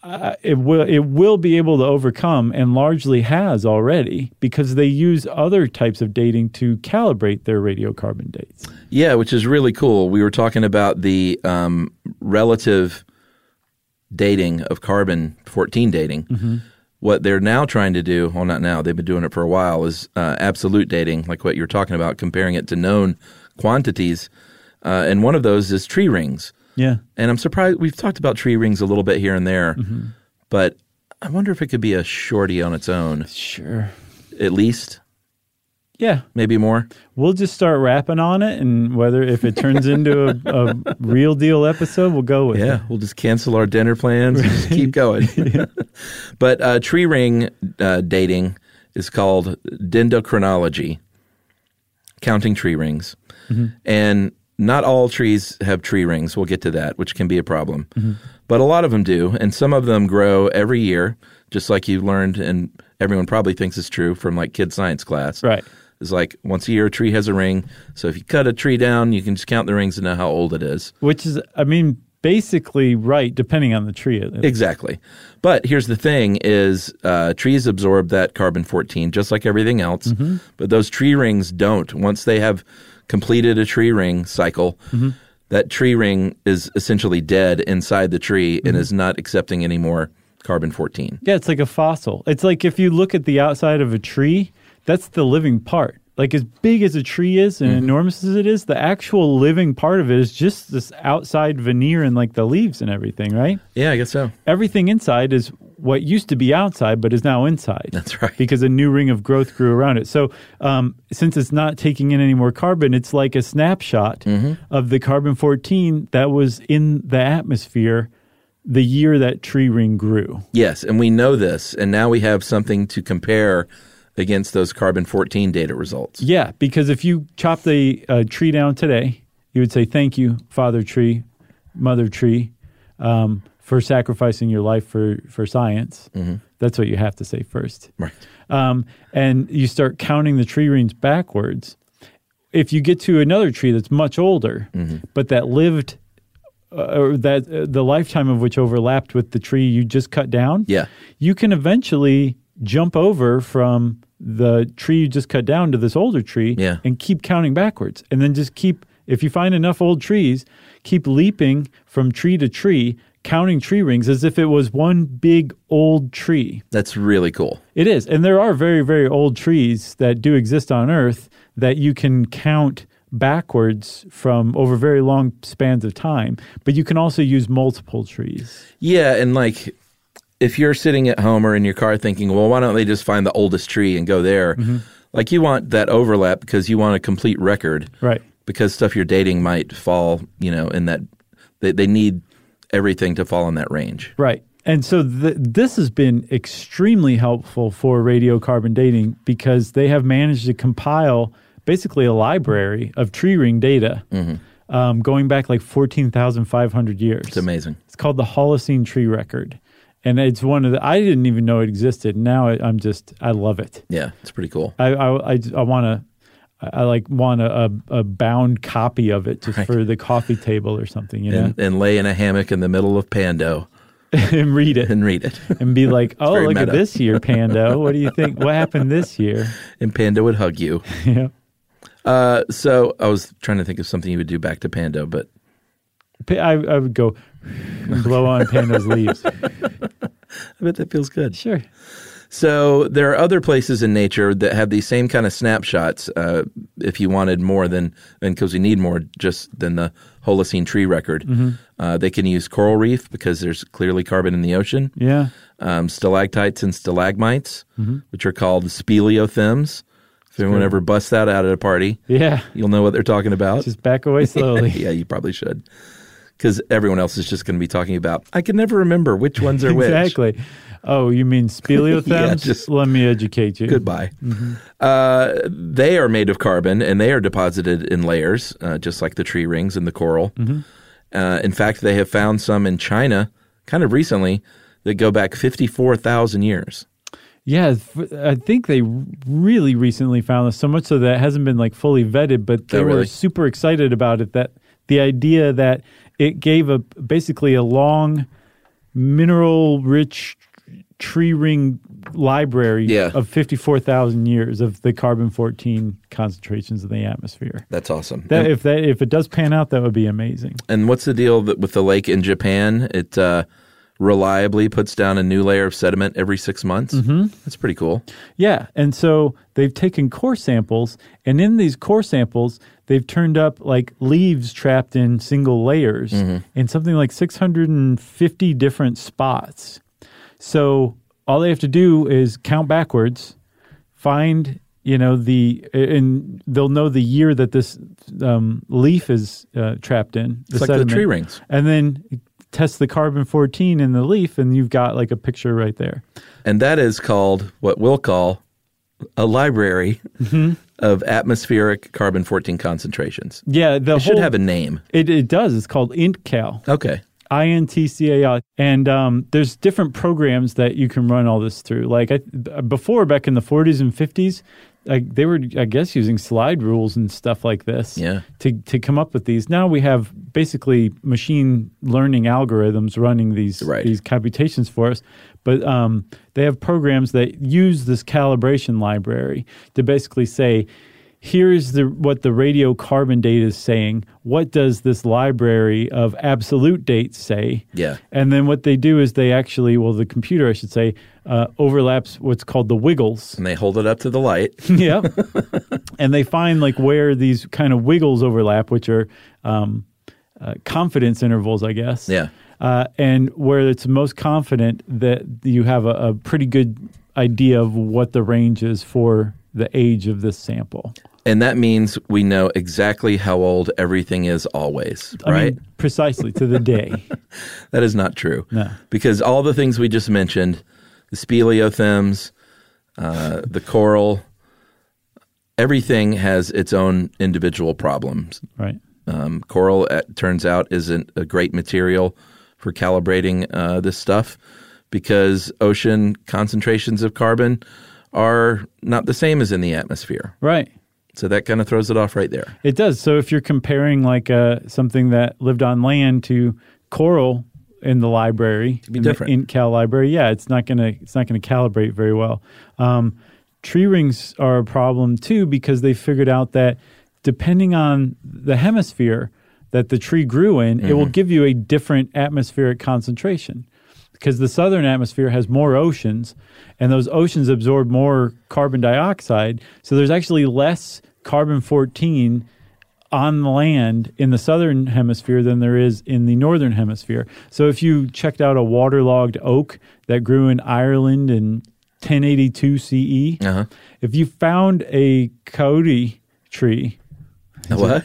Speaker 2: uh, it will it will be able to overcome and largely has already because they use other types of dating to calibrate their radiocarbon dates.
Speaker 3: Yeah, which is really cool. We were talking about the um, relative dating of carbon 14 dating. What they're now trying to do, well, not now, they've been doing it for a while, is uh, absolute dating, like what you're talking about, comparing it to known quantities. Uh, and one of those is tree rings.
Speaker 2: Yeah.
Speaker 3: And I'm surprised we've talked about tree rings a little bit here and there, but I wonder if it could be a shorty on its own,
Speaker 2: Sure.
Speaker 3: at least,
Speaker 2: Yeah.
Speaker 3: maybe more.
Speaker 2: We'll just start rapping on it and whether if it turns into a, a real deal episode, we'll go with it.
Speaker 3: Yeah, we'll just cancel our dinner plans and
Speaker 2: *laughs*
Speaker 3: just keep going. *laughs* but uh, tree ring uh, dating is called dendrochronology, counting tree rings.
Speaker 2: Mm-hmm.
Speaker 3: And not all trees have tree rings. We'll get to that, which can be a problem.
Speaker 2: Mm-hmm.
Speaker 3: But a lot of them do. And some of them grow every year, just like you learned, and everyone probably thinks it's true from like kid science class.
Speaker 2: Right.
Speaker 3: It's like once a year a tree has a ring. So if you cut a tree down, you can just count the rings and know how old it is.
Speaker 2: Which is I mean basically right depending on the tree.
Speaker 3: Exactly. But here's the thing is uh, trees absorb that carbon 14 just like everything else, but those tree rings don't. Once they have completed a tree ring cycle, that tree ring is essentially dead inside the tree and is not accepting any more carbon 14.
Speaker 2: Yeah, it's like a fossil. It's like if you look at the outside of a tree, that's the living part. Like as big as a tree is and enormous as it is, the actual living part of it is just this outside veneer and like the leaves and everything, right?
Speaker 3: Yeah, I guess so.
Speaker 2: Everything inside is what used to be outside but is now inside.
Speaker 3: That's right.
Speaker 2: Because a new ring of growth grew around it. So um, since it's not taking in any more carbon, it's like a snapshot of the carbon 14 that was in the atmosphere the year that tree ring grew.
Speaker 3: Yes, and we know this and now we have something to compare against those carbon 14 data results.
Speaker 2: Yeah, because if you chop the uh, tree down today, you would say, "Thank you, Father Tree, Mother Tree, um, for sacrificing your life for for science. That's what you have to say first.
Speaker 3: Right.
Speaker 2: Um, and you start counting the tree rings backwards. If you get to another tree that's much older,
Speaker 3: Mm-hmm.
Speaker 2: but that lived uh, or that uh, the lifetime of which overlapped with the tree you just cut down,
Speaker 3: Yeah.
Speaker 2: you can eventually jump over from the tree you just cut down to this older tree
Speaker 3: Yeah.
Speaker 2: and keep counting backwards. And then just keep, if you find enough old trees, keep leaping from tree to tree, counting tree rings as if it was one big old tree.
Speaker 3: That's really cool.
Speaker 2: It is. And there are very, very old trees that do exist on Earth that you can count backwards from over very long spans of time. But you can also use multiple trees.
Speaker 3: Yeah, and like if you're sitting at home or in your car thinking, well, why don't they just find the oldest tree and go there? Like you want that overlap because you want a complete record.
Speaker 2: Right.
Speaker 3: Because stuff you're dating might fall, you know, in that they, they need everything to fall in that range.
Speaker 2: Right. And so th- this has been extremely helpful for radiocarbon dating because they have managed to compile basically a library of tree ring data um, going back like 14,500 years.
Speaker 3: It's amazing.
Speaker 2: It's called the Holocene Tree Record. And it's one of the, I didn't even know it existed. Now I, I'm just, I love it.
Speaker 3: Yeah, it's pretty cool.
Speaker 2: I, I, I, want to, I like want a, a, a bound copy of it just for the coffee table or something, you know,
Speaker 3: And, and lay in a hammock in the middle of Pando
Speaker 2: *laughs* and read it.
Speaker 3: *laughs* and read it.
Speaker 2: and be like, "Oh,
Speaker 3: very
Speaker 2: look at
Speaker 3: meta.
Speaker 2: this
Speaker 3: *laughs*
Speaker 2: year, Pando. What do you think? What happened this year?" *laughs*
Speaker 3: and Pando would hug you.
Speaker 2: yeah.
Speaker 3: Uh, so I was trying to think of something you would do back to Pando, but
Speaker 2: Pa- I, I would go and blow on Pando's
Speaker 3: *laughs*
Speaker 2: leaves.
Speaker 3: I bet that feels good.
Speaker 2: Sure.
Speaker 3: So there are other places in nature that have these same kind of snapshots. Uh, if you wanted more than than because you need more just than the Holocene tree record,
Speaker 2: Mm-hmm.
Speaker 3: uh, they can use coral reef because there's clearly carbon in the ocean.
Speaker 2: Yeah.
Speaker 3: Um, stalactites and stalagmites,
Speaker 2: Mm-hmm.
Speaker 3: which are called speleothems. If anyone ever busts that out at a party,
Speaker 2: Yeah.
Speaker 3: you'll know what they're talking about.
Speaker 2: Just back away slowly.
Speaker 3: *laughs* yeah, you probably should. Because everyone else is just going to be talking about, I can never remember which
Speaker 2: *laughs*
Speaker 3: ones are which.
Speaker 2: exactly. Oh, you mean speleothems?
Speaker 3: *laughs* Yeah, just-
Speaker 2: Let me educate you.
Speaker 3: Goodbye. Uh, they are made of carbon and they are deposited in layers, uh, just like the tree rings and the coral. Uh, in fact, they have found some in China kind of recently that go back 54,000 years.
Speaker 2: Yeah, f- I think they really recently found this so much so that it hasn't been like fully vetted, but they
Speaker 3: Oh,
Speaker 2: were
Speaker 3: really?
Speaker 2: super excited about it. That the idea that it gave a basically a long mineral rich tree ring library
Speaker 3: Yeah.
Speaker 2: of 54,000 years of the carbon 14 concentrations in the atmosphere.
Speaker 3: That's awesome.
Speaker 2: That,
Speaker 3: and,
Speaker 2: if that if it does pan out, that would be amazing.
Speaker 3: and what's the deal that with the lake in Japan? It uh, reliably puts down a new layer of sediment every six months. Mm-hmm. That's pretty cool.
Speaker 2: Yeah, and so they've taken core samples, and in these core samples, they've turned up like leaves trapped in single layers
Speaker 3: Mm-hmm.
Speaker 2: in something like 650 different spots. So all they have to do is count backwards, find you know the and they'll know the year that this um, leaf is uh, trapped in.
Speaker 3: It's like the tree rings.
Speaker 2: and then test the carbon 14 in the leaf, and you've got like a picture right there.
Speaker 3: And that is called what we'll call a library of atmospheric carbon 14 concentrations.
Speaker 2: Yeah, the
Speaker 3: It should
Speaker 2: whole-
Speaker 3: have a name.
Speaker 2: It, it does. It's called IntCal,
Speaker 3: Okay.
Speaker 2: I N T C A L. And um, there's different programs that you can run all this through. Like I, b- before, back in the 40s and 50s, like they were, I guess, using slide rules and stuff like this
Speaker 3: Yeah.
Speaker 2: to, to come up with these. Now we have basically machine learning algorithms running these
Speaker 3: Right.
Speaker 2: these computations for us. But um, they have programs that use this calibration library to basically say, here's the what the radiocarbon data is saying. What does this library of absolute dates say?
Speaker 3: Yeah.
Speaker 2: And then what they do is they actually, well, the computer, I should say, uh, overlaps what's called the wiggles.
Speaker 3: And they hold it up to
Speaker 2: *laughs*
Speaker 3: the light.
Speaker 2: yeah. and they find like where these kind of wiggles overlap, which are um, uh, confidence intervals, I guess.
Speaker 3: Yeah.
Speaker 2: Uh, and where it's most confident that you have a, a pretty good idea of what the range is for the age of this sample.
Speaker 3: And that means we know exactly how old everything is always,
Speaker 2: I
Speaker 3: right?
Speaker 2: mean, precisely to the
Speaker 3: *laughs*
Speaker 2: day.
Speaker 3: that is not true.
Speaker 2: No.
Speaker 3: Because all the things we just mentioned the speleothems, uh, the coral, everything has its own individual problems.
Speaker 2: right.
Speaker 3: uh, Um, coral, it turns out, isn't a great material for calibrating uh, this stuff because ocean concentrations of carbon are not the same as in the atmosphere.
Speaker 2: Right.
Speaker 3: So that kind of throws it off right there.
Speaker 2: It does. So if you're comparing like uh, something that lived on land to coral in the library,
Speaker 3: be
Speaker 2: in the-
Speaker 3: different.
Speaker 2: in Cal Library, yeah, it's not gonna it's not gonna calibrate very well. Um, tree rings are a problem too because they figured out that depending on the hemisphere that the tree grew in, it will give you a different atmospheric concentration. Because the southern atmosphere has more oceans, and those oceans absorb more carbon dioxide, so there's actually less carbon fourteen on land in the southern hemisphere than there is in the northern hemisphere. So if you checked out a waterlogged oak that grew in Ireland in 1082 CE,
Speaker 3: Uh-huh.
Speaker 2: E, if you found a coyote tree,
Speaker 3: What?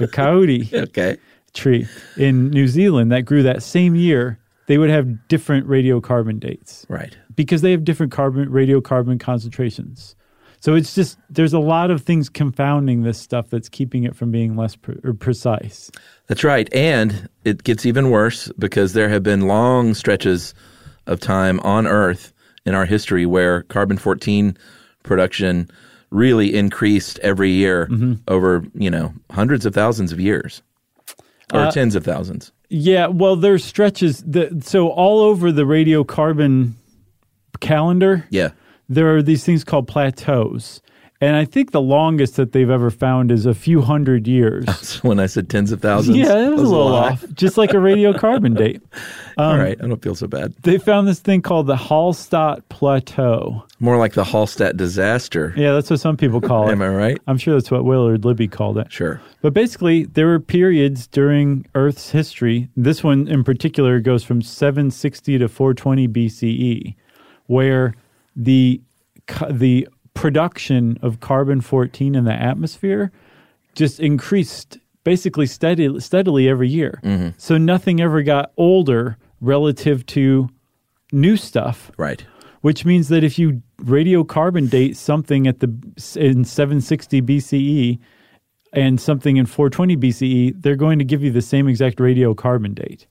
Speaker 2: a
Speaker 3: *laughs*
Speaker 2: coyote
Speaker 3: okay.
Speaker 2: tree in New Zealand that grew that same year, they would have different radiocarbon dates
Speaker 3: Right.
Speaker 2: because they have different carbon radiocarbon concentrations. So it's just there's a lot of things confounding this stuff that's keeping it from being less pre- or precise.
Speaker 3: That's right. And it gets even worse because there have been long stretches of time on Earth in our history where carbon 14 production really increased every year
Speaker 2: Mm-hmm.
Speaker 3: over, you know, hundreds of thousands of years
Speaker 2: Uh,
Speaker 3: or tens of thousands.
Speaker 2: Yeah, well, there's stretches that so all over the radiocarbon calendar,
Speaker 3: Yeah. *laughs*
Speaker 2: there are these things called plateaus, and I think the longest that they've ever found is a few hundred years.
Speaker 3: So when I said tens of
Speaker 2: *laughs*
Speaker 3: thousands,
Speaker 2: yeah, it
Speaker 3: I
Speaker 2: was, a little
Speaker 3: lie.
Speaker 2: off, Um, just like a radiocarbon date.
Speaker 3: All right. I don't feel so bad.
Speaker 2: They found this thing called the Hallstatt Plateau.
Speaker 3: More like the Hallstatt disaster.
Speaker 2: Yeah, that's what some people call it.
Speaker 3: Am I right?
Speaker 2: I'm sure that's what Willard Libby called it.
Speaker 3: Sure.
Speaker 2: But basically, there were periods during Earth's history. This one in particular goes from 760 to 420 BCE, E, where the ca- the production of carbon 14 in the atmosphere just increased basically steady, steadily every year. So nothing ever got older relative to new stuff
Speaker 3: Right.
Speaker 2: which means that if you radiocarbon date something at the in 760 BCE E and something in 420 BCE, E, they're going to give you the same exact radiocarbon date.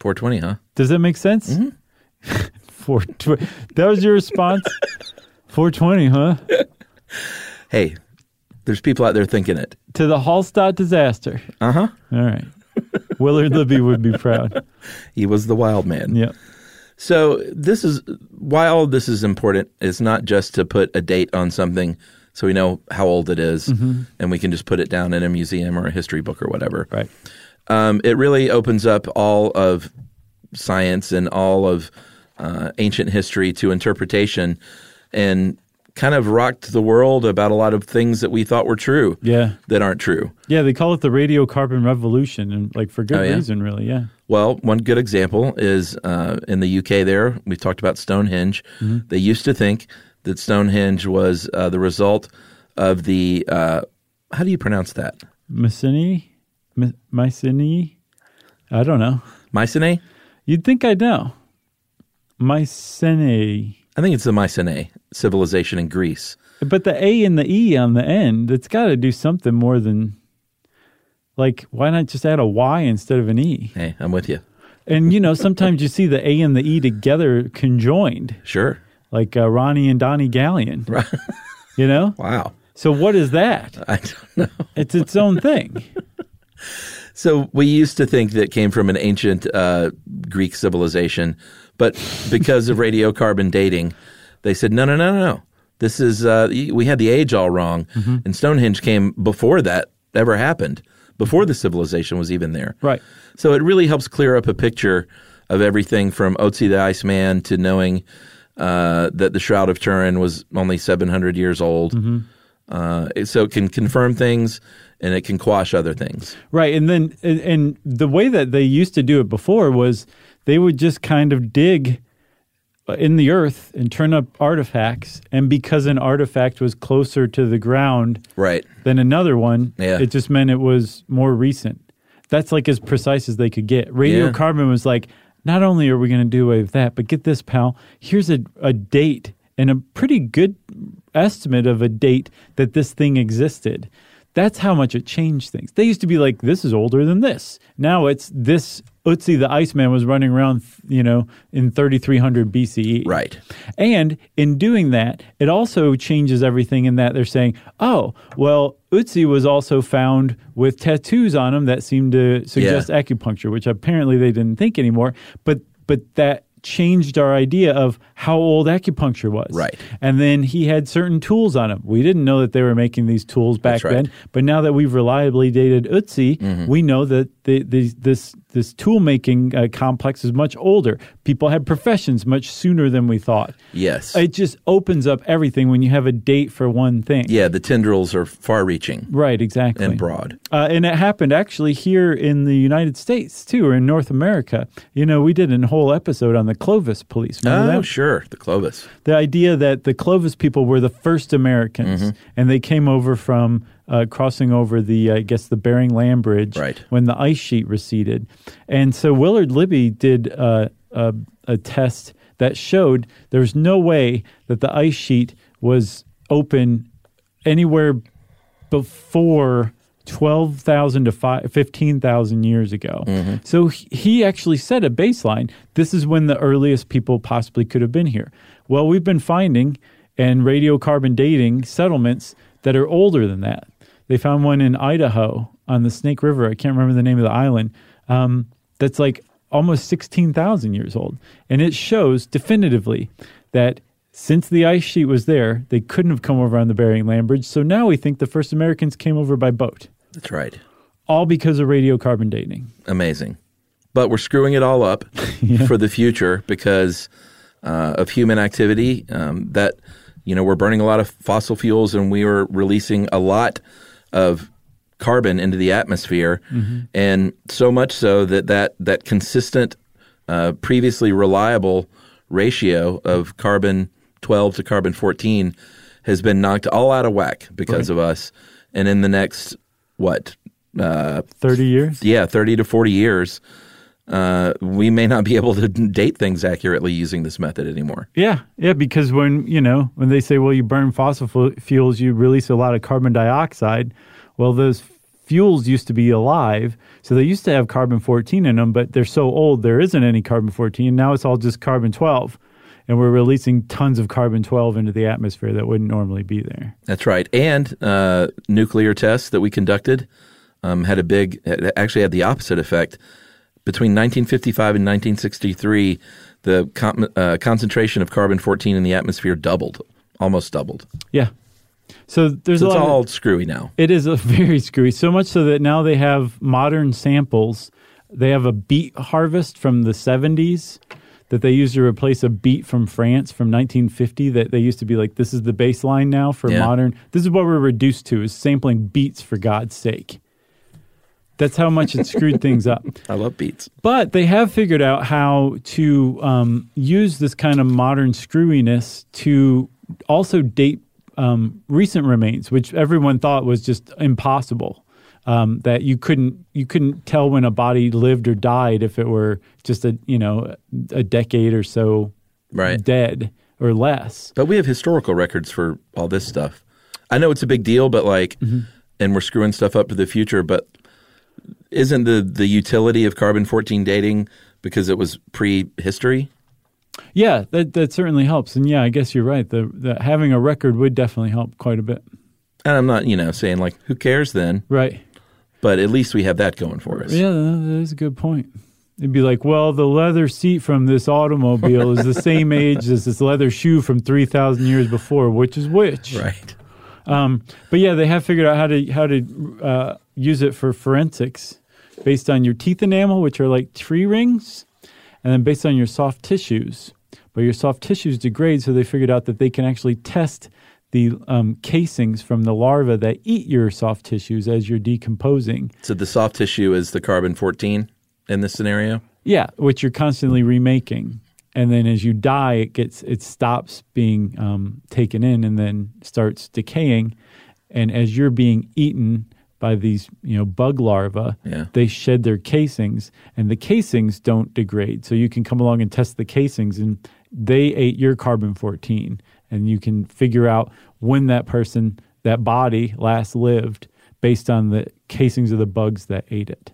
Speaker 3: 420, huh?
Speaker 2: Does that make sense?
Speaker 3: Mm-hmm.
Speaker 2: *laughs* Four tw- that was your response.
Speaker 3: *laughs*
Speaker 2: 420, huh?
Speaker 3: Hey, there's people out there thinking it.
Speaker 2: To the Hallstatt disaster.
Speaker 3: Uh huh.
Speaker 2: All right. Willard Libby would be proud.
Speaker 3: He was the wild man.
Speaker 2: Yeah.
Speaker 3: So this is why all this is important. It's not just to put a date on something so we know how old it is and we can just put it down in a museum or a history book or whatever.
Speaker 2: Right.
Speaker 3: Um, it really opens up all of science and all of uh, ancient history to interpretation and kind of rocked the world about a lot of things that we thought were true
Speaker 2: Yeah.
Speaker 3: that aren't true.
Speaker 2: Yeah, they call it the radiocarbon revolution and like for good
Speaker 3: Oh, yeah?
Speaker 2: reason really, yeah.
Speaker 3: Well, one good example is uh, in the UK. There, we've talked about Stonehenge. They used to think that Stonehenge was uh, the result of the uh, how do you pronounce that
Speaker 2: Mycenae? My- Mycenae? I don't know.
Speaker 3: Mycenae?
Speaker 2: You'd think I'd know. Mycenae.
Speaker 3: I think it's the Mycenae civilization in Greece.
Speaker 2: But the A and the E on the end, it's got to do something more than, like, why not just add a Y instead of an E?
Speaker 3: Hey, I'm with you.
Speaker 2: And, you know, sometimes you see the A and the E together conjoined,
Speaker 3: Sure.
Speaker 2: like uh, Ronnie and Donnie Gallion.
Speaker 3: Right.
Speaker 2: You know?
Speaker 3: Wow.
Speaker 2: So what is that?
Speaker 3: *laughs* I don't know.
Speaker 2: It's its own thing.
Speaker 3: So we used to think that came from an ancient uh, Greek civilization, but because of radiocarbon dating, they said no, no, no, no, no. This is uh, y- we had the age all wrong, and Stonehenge came before that ever happened, before the civilization was even there.
Speaker 2: Right.
Speaker 3: So it really helps clear up a picture of everything from Otzi the Iceman to knowing uh, that the Shroud of Turin was only 700 years old. Uh, it- so it can confirm things and it can quash other things.
Speaker 2: Right, and then and, and the way that they used to do it before was they would just kind of dig uh, in the earth and turn up artifacts, and because an artifact was closer to the ground
Speaker 3: Right.
Speaker 2: than another one,
Speaker 3: Yeah.
Speaker 2: it just meant it was more recent. That's like as precise as they could get. Radiocarbon was like, not only are we going to do away with that, but get this, pal. Here's a, a date and a pretty good estimate of a date that this thing existed. That's how much it changed things. They used to be like, this is older than this. Now it's this Utsi the Iceman was running around, you know, in 3300 BCE.
Speaker 3: Right.
Speaker 2: And in doing that, it also changes everything in that they're saying, oh, well, Utsi was also found with tattoos on him that seemed to suggest acupuncture, which apparently they didn't think anymore. But but that changed our idea of how old acupuncture was.
Speaker 3: Right.
Speaker 2: And then he had certain tools on him. We didn't know that they were making these tools back
Speaker 3: That's right.
Speaker 2: then, but now that we've reliably dated Utsi,
Speaker 3: Mm-hmm.
Speaker 2: we know that the, the, this this tool making uh, complex is much older. People had professions much sooner than we thought.
Speaker 3: Yes.
Speaker 2: It just opens up everything when you have a date for one thing.
Speaker 3: yeah, the tendrils are far reaching
Speaker 2: Right, exactly.
Speaker 3: and broad.
Speaker 2: Uh, and it happened actually here in the United States too, or in North America. You know, we did a whole episode on the Clovis police. Remember
Speaker 3: Oh,
Speaker 2: that?
Speaker 3: sure. The Clovis.
Speaker 2: the idea that the Clovis people were the first Americans, and they came over from uh, crossing over the, I guess, the Bering Land Bridge
Speaker 3: Right.
Speaker 2: when the ice sheet receded, and so Willard Libby did uh, a, a test that showed there was no way that the ice sheet was open anywhere before 12,000 to fi- 15,000 years ago. So he- he actually set a baseline. This is when the earliest people possibly could have been here. Well, we've been finding and radiocarbon dating settlements that are older than that. They found one in Idaho on the Snake River. I can't remember the name of the island. Um, that's like almost 16,000 years old. And it shows definitively that since the ice sheet was there, they couldn't have come over on the Bering Land Bridge. So now we think the first Americans came over by boat,
Speaker 3: That's right.
Speaker 2: all because of radiocarbon dating.
Speaker 3: Amazing. But we're screwing it all up for the future because uh, of human activity. Um, that, you know, we're burning a lot of fossil fuels and we are releasing a lot of carbon into the atmosphere. And so much so that that, that consistent, uh, previously reliable ratio of carbon 12 to carbon 14 has been knocked all out of whack because of us. And in the next, what, uh,
Speaker 2: 30 years?
Speaker 3: yeah, 30 to 40 years, uh, we may not be able to *laughs* date things accurately using this method anymore.
Speaker 2: Yeah, yeah, because when, you know, when they say, well, you burn fossil fu- fuels, you release a lot of carbon dioxide. Well, those fuels used to be alive. So they used to have carbon 14 in them, but they're so old, there isn't any carbon 14. Now it's all just carbon 12. And we're releasing tons of carbon 12 into the atmosphere that wouldn't normally be there.
Speaker 3: That's right. And uh, nuclear tests that we conducted um, had a big, had- actually had the opposite effect. Between 1955 and 1963, the com- uh, concentration of carbon 14 in the atmosphere doubled, almost doubled.
Speaker 2: Yeah. So there's
Speaker 3: So
Speaker 2: a
Speaker 3: it's
Speaker 2: lot. of-
Speaker 3: all screwy now.
Speaker 2: it is a *laughs* very screwy. So much so that now they have modern samples. They have a beet harvest from the 70s that they used to replace a beet from France from 1950. That they used to be like, this is the baseline now for
Speaker 3: Yeah.
Speaker 2: modern. This is what we're reduced to is sampling beets for God's sake. That's how much it screwed things up.
Speaker 3: I love beats.
Speaker 2: But they have figured out how to um, use this kind of modern screwiness to also date um, recent remains, which everyone thought was just impossible. Um, that you couldn't you couldn't tell when a body lived or died if it were just a you know a decade or so
Speaker 3: Right.
Speaker 2: dead or less.
Speaker 3: But we have historical records for all this stuff. I know it's a big deal, but like, and we're screwing stuff up for the future. But isn't the the utility of carbon fourteen dating because it was prehistory?
Speaker 2: Yeah, that that certainly helps. And yeah, I guess you're right. The, the having a record would definitely help quite a bit.
Speaker 3: And I'm not, you know, saying like, who cares then?
Speaker 2: Right.
Speaker 3: But at least we have that going for us.
Speaker 2: Yeah, no, that is a good point. It'd be like, well, the leather seat from this automobile is the same age as this leather shoe from 3,000 years before, which is which.
Speaker 3: Right.
Speaker 2: But yeah, they have figured out how to, how to uh, use it for forensics based on your teeth enamel, which are like tree rings, and then based on your soft tissues. But your soft tissues degrade, so they figured out that they can actually test the um, casings from the larvae that eat your soft tissues as you're decomposing.
Speaker 3: So the soft tissue is the carbon fourteen in this scenario.
Speaker 2: Yeah, which you're constantly remaking, and then as you die, it gets it stops being um, taken in and then starts decaying, and as you're being eaten by these you know bug larvae,
Speaker 3: Yeah.
Speaker 2: they shed their casings, and the casings don't degrade, so you can come along and test the casings, and they ate your carbon fourteen, and you can figure out when that person that body last lived based on the casings of the bugs that ate it.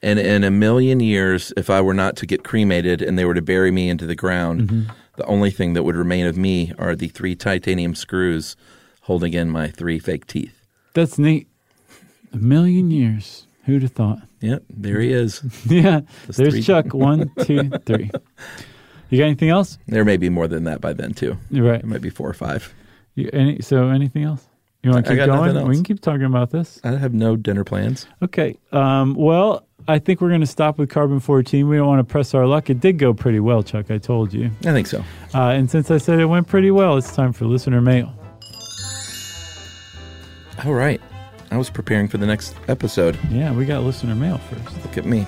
Speaker 3: And in a million years, if I were not to get cremated and they were to bury me into the ground, the only thing that would remain of me are the three titanium screws holding in my three fake teeth.
Speaker 2: That's neat. A million years. Who'd have thought? *laughs*
Speaker 3: Yep, there he is.
Speaker 2: Yeah. There's
Speaker 3: three.
Speaker 2: Chuck. One, two, three. You got anything else?
Speaker 3: there may be more than that by then, too.
Speaker 2: You're right.
Speaker 3: It might be four or five.
Speaker 2: You, any, so anything else? You want
Speaker 3: I
Speaker 2: to keep
Speaker 3: got nothing
Speaker 2: going? We
Speaker 3: else.
Speaker 2: can keep talking about this.
Speaker 3: I have no dinner plans.
Speaker 2: Okay. Um, well, I think we're going to stop with carbon 14. We don't want to press our luck. It did go pretty well, Chuck. I told you.
Speaker 3: I think so.
Speaker 2: Uh, and since I said it went pretty well, it's time for listener mail.
Speaker 3: All right. I was preparing for the next episode.
Speaker 2: Yeah, we got listener mail first. *laughs*
Speaker 3: Look at me.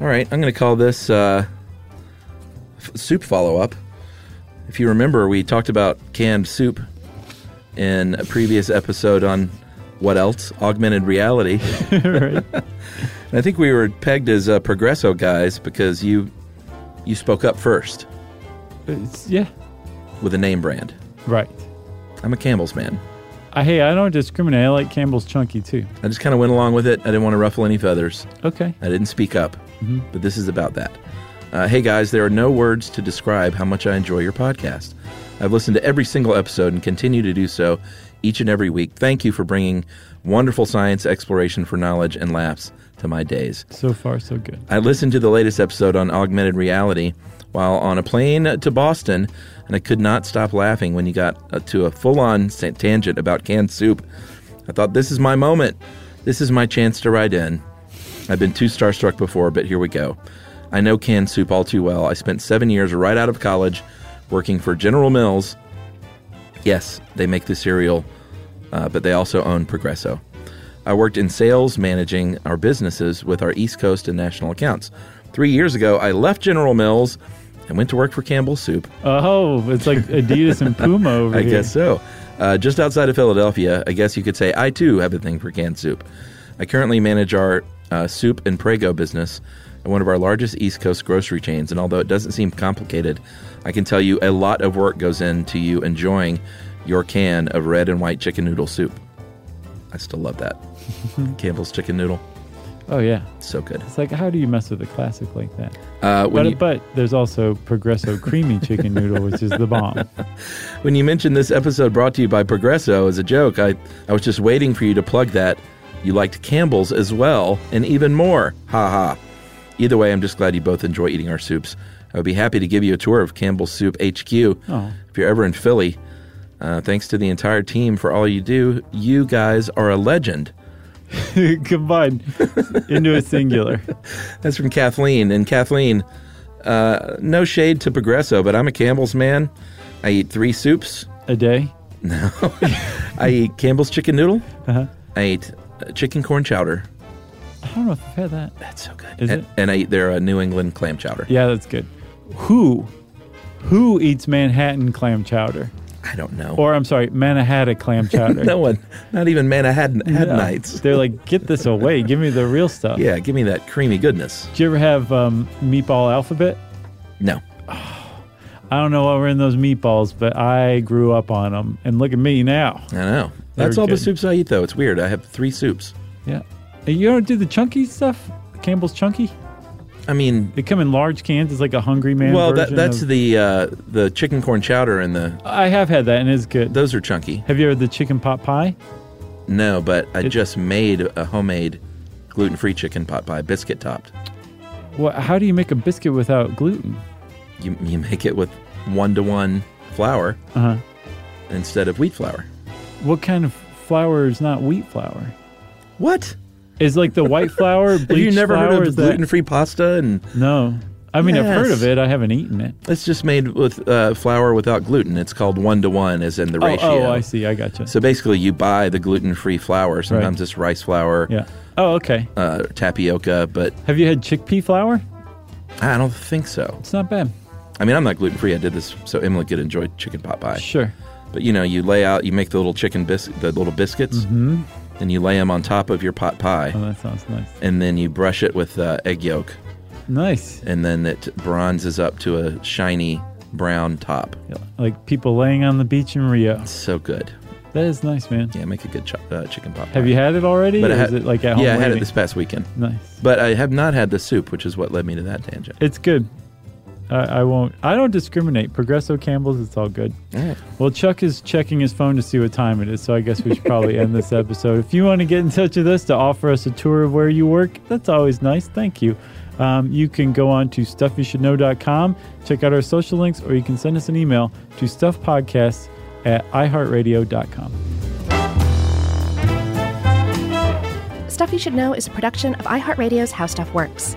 Speaker 3: All right, I'm going to call this uh, f- soup follow up. If you remember, we talked about canned soup in a previous episode on what else? Augmented reality.
Speaker 2: right.
Speaker 3: And I think we were pegged as uh, Progresso guys because you you spoke up first
Speaker 2: It's, yeah.
Speaker 3: with a name brand.
Speaker 2: Right.
Speaker 3: I'm a Campbell's man.
Speaker 2: I, hey, I don't discriminate. I like Campbell's Chunky too.
Speaker 3: I just kind of went along with it. I didn't want to ruffle any feathers.
Speaker 2: Okay.
Speaker 3: I didn't speak up, but this is about that. Uh, hey guys, there are no words to describe how much I enjoy your podcast. I've listened to every single episode and continue to do so each and every week. Thank you for bringing wonderful science, exploration for knowledge, and laughs to my days.
Speaker 2: So far, so good.
Speaker 3: I listened to the latest episode on augmented reality while on a plane to Boston, and I could not stop laughing when you got uh, to a full on tangent about canned soup. I thought, this is my moment. This is my chance to ride in. I've been too starstruck before, but here we go. I know canned soup all too well. I spent seven years right out of college working for General Mills. Yes, they make the cereal, uh, but they also own Progresso. I worked in sales managing our businesses with our East Coast and national accounts. Three years ago, I left General Mills and went to work for Campbell Soup.
Speaker 2: Oh, it's like Adidas and Puma over
Speaker 3: I
Speaker 2: here.
Speaker 3: guess so. Uh, just outside of Philadelphia, I guess you could say I too have a thing for canned soup. I currently manage our uh, soup and Prego business at one of our largest East Coast grocery chains, and although it doesn't seem complicated, I can tell you a lot of work goes into you enjoying your can of red and white chicken noodle soup. I still love
Speaker 2: *laughs*
Speaker 3: that. Campbell's chicken noodle,
Speaker 2: Oh yeah.
Speaker 3: so good.
Speaker 2: It's like, how do you mess with a classic like that?
Speaker 3: Uh, when
Speaker 2: But,
Speaker 3: you-
Speaker 2: but there's also Progresso creamy chicken noodle, which is the bomb. *laughs*
Speaker 3: When you mentioned this episode brought to you by Progresso as a joke, I, I was just waiting for you to plug that you liked Campbell's as well and even more. Ha ha. Either way, I'm just glad you both enjoy eating our soups. I would be happy to give you a tour of Campbell's Soup HQ
Speaker 2: Oh.
Speaker 3: if you're ever in Philly. Uh, thanks to the entire team for all you do. You guys are a legend.
Speaker 2: Combined into a singular.
Speaker 3: That's from Kathleen. And Kathleen, uh, no shade to Progresso, but I'm a Campbell's man. I eat three soups.
Speaker 2: A day.
Speaker 3: I eat Campbell's chicken noodle. I ate uh, chicken corn chowder.
Speaker 2: I don't know if I've had that.
Speaker 3: That's so good.
Speaker 2: Is
Speaker 3: and,
Speaker 2: it?
Speaker 3: and I eat their uh, New England clam chowder.
Speaker 2: Yeah, that's good. Who, who eats Manhattan clam chowder?
Speaker 3: I don't know. *laughs*
Speaker 2: Or I'm sorry, Manhattan clam chowder.
Speaker 3: no one, not even Manhattan had
Speaker 2: Yeah.
Speaker 3: nights.
Speaker 2: They're like, get this away. Give me the real stuff.
Speaker 3: Yeah, give me that creamy goodness.
Speaker 2: Did you ever have um, meatball alphabet?
Speaker 3: No,
Speaker 2: I don't know what were in those meatballs, but I grew up on them. And look at me now.
Speaker 3: I know.
Speaker 2: They're
Speaker 3: That's all the
Speaker 2: good.
Speaker 3: soups I eat, though. It's weird. I have three soups.
Speaker 2: Yeah. And You don't do the chunky stuff? Campbell's Chunky?
Speaker 3: I mean,
Speaker 2: They come in large cans. It's like a Hungry Man
Speaker 3: well, that,
Speaker 2: version
Speaker 3: that's
Speaker 2: of-
Speaker 3: the uh, the chicken corn chowder and the
Speaker 2: I have had that and it's good.
Speaker 3: those are chunky.
Speaker 2: have you ever had the chicken pot pie?
Speaker 3: No, but I
Speaker 2: It-
Speaker 3: just made a homemade gluten free chicken pot pie, biscuit topped.
Speaker 2: What, how do you make a biscuit without gluten?
Speaker 3: You you make it with one to one flour
Speaker 2: Uh-huh.
Speaker 3: instead of wheat flour.
Speaker 2: What kind of flour is not wheat flour?
Speaker 3: What?
Speaker 2: Is like the white flour, bleached
Speaker 3: *laughs* Have you never
Speaker 2: flour?
Speaker 3: heard
Speaker 2: is
Speaker 3: of
Speaker 2: that-
Speaker 3: gluten free pasta and
Speaker 2: No. I mean, I've heard
Speaker 3: Yes.
Speaker 2: of it. I haven't eaten it.
Speaker 3: It's just made with uh, flour without gluten. It's called one to one, as in the
Speaker 2: Oh,
Speaker 3: ratio.
Speaker 2: Oh, I see. I gotcha.
Speaker 3: So basically, you buy the gluten free flour. Sometimes
Speaker 2: Right.
Speaker 3: it's rice flour,
Speaker 2: yeah. Oh, okay.
Speaker 3: uh, tapioca, but
Speaker 2: Have you had chickpea flour?
Speaker 3: I don't think so.
Speaker 2: It's not bad.
Speaker 3: I mean, I'm not gluten free. I did this so Emily could enjoy chicken pot pie.
Speaker 2: Sure.
Speaker 3: But you know, you lay out, you make the little chicken bis- the little biscuits, and you lay them on top of your pot pie,
Speaker 2: Mm-hmm. Oh, that sounds nice.
Speaker 3: and then you brush it with uh, egg yolk,
Speaker 2: Nice.
Speaker 3: and then it bronzes up to a shiny brown top.
Speaker 2: Yeah, Like people laying on the beach in Rio.
Speaker 3: So good.
Speaker 2: That is nice, man.
Speaker 3: Yeah, make a good ch- uh, chicken pot.
Speaker 2: Have
Speaker 3: pie.
Speaker 2: you had it already?
Speaker 3: But
Speaker 2: or
Speaker 3: I had-
Speaker 2: is it like at home?
Speaker 3: Yeah, I had it
Speaker 2: waiting?
Speaker 3: this past weekend.
Speaker 2: Nice.
Speaker 3: But I have not had the soup, which is what led me to that tangent.
Speaker 2: It's good. I, I won't. I don't discriminate. Progresso Campbell's, it's all good. Well, Chuck is checking his phone to see what time it is, so I guess we should probably end this episode. If you want to get in touch with us to offer us a tour of where you work, that's always nice. Thank you. Um, you can go on to stuffyoushouldknow.com, check out our social links, or you can send us an email to stuffpodcasts at iheartradio.com.
Speaker 4: Stuff You Should Know is a production of iHeartRadio's How Stuff Works.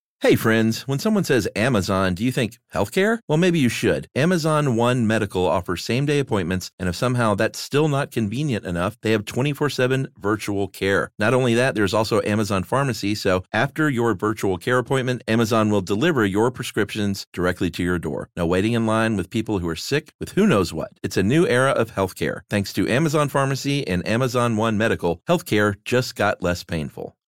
Speaker 3: Hey friends, when someone says Amazon, do you think healthcare? Well, maybe you should. Amazon One Medical offers same day appointments, and if somehow that's still not convenient enough, they have 24 7 virtual care. Not only that, there's also Amazon Pharmacy, so after your virtual care appointment, Amazon will deliver your prescriptions directly to your door. No waiting in line with people who are sick with who knows what. It's a new era of healthcare. Thanks to Amazon Pharmacy and Amazon One Medical, healthcare just got less painful.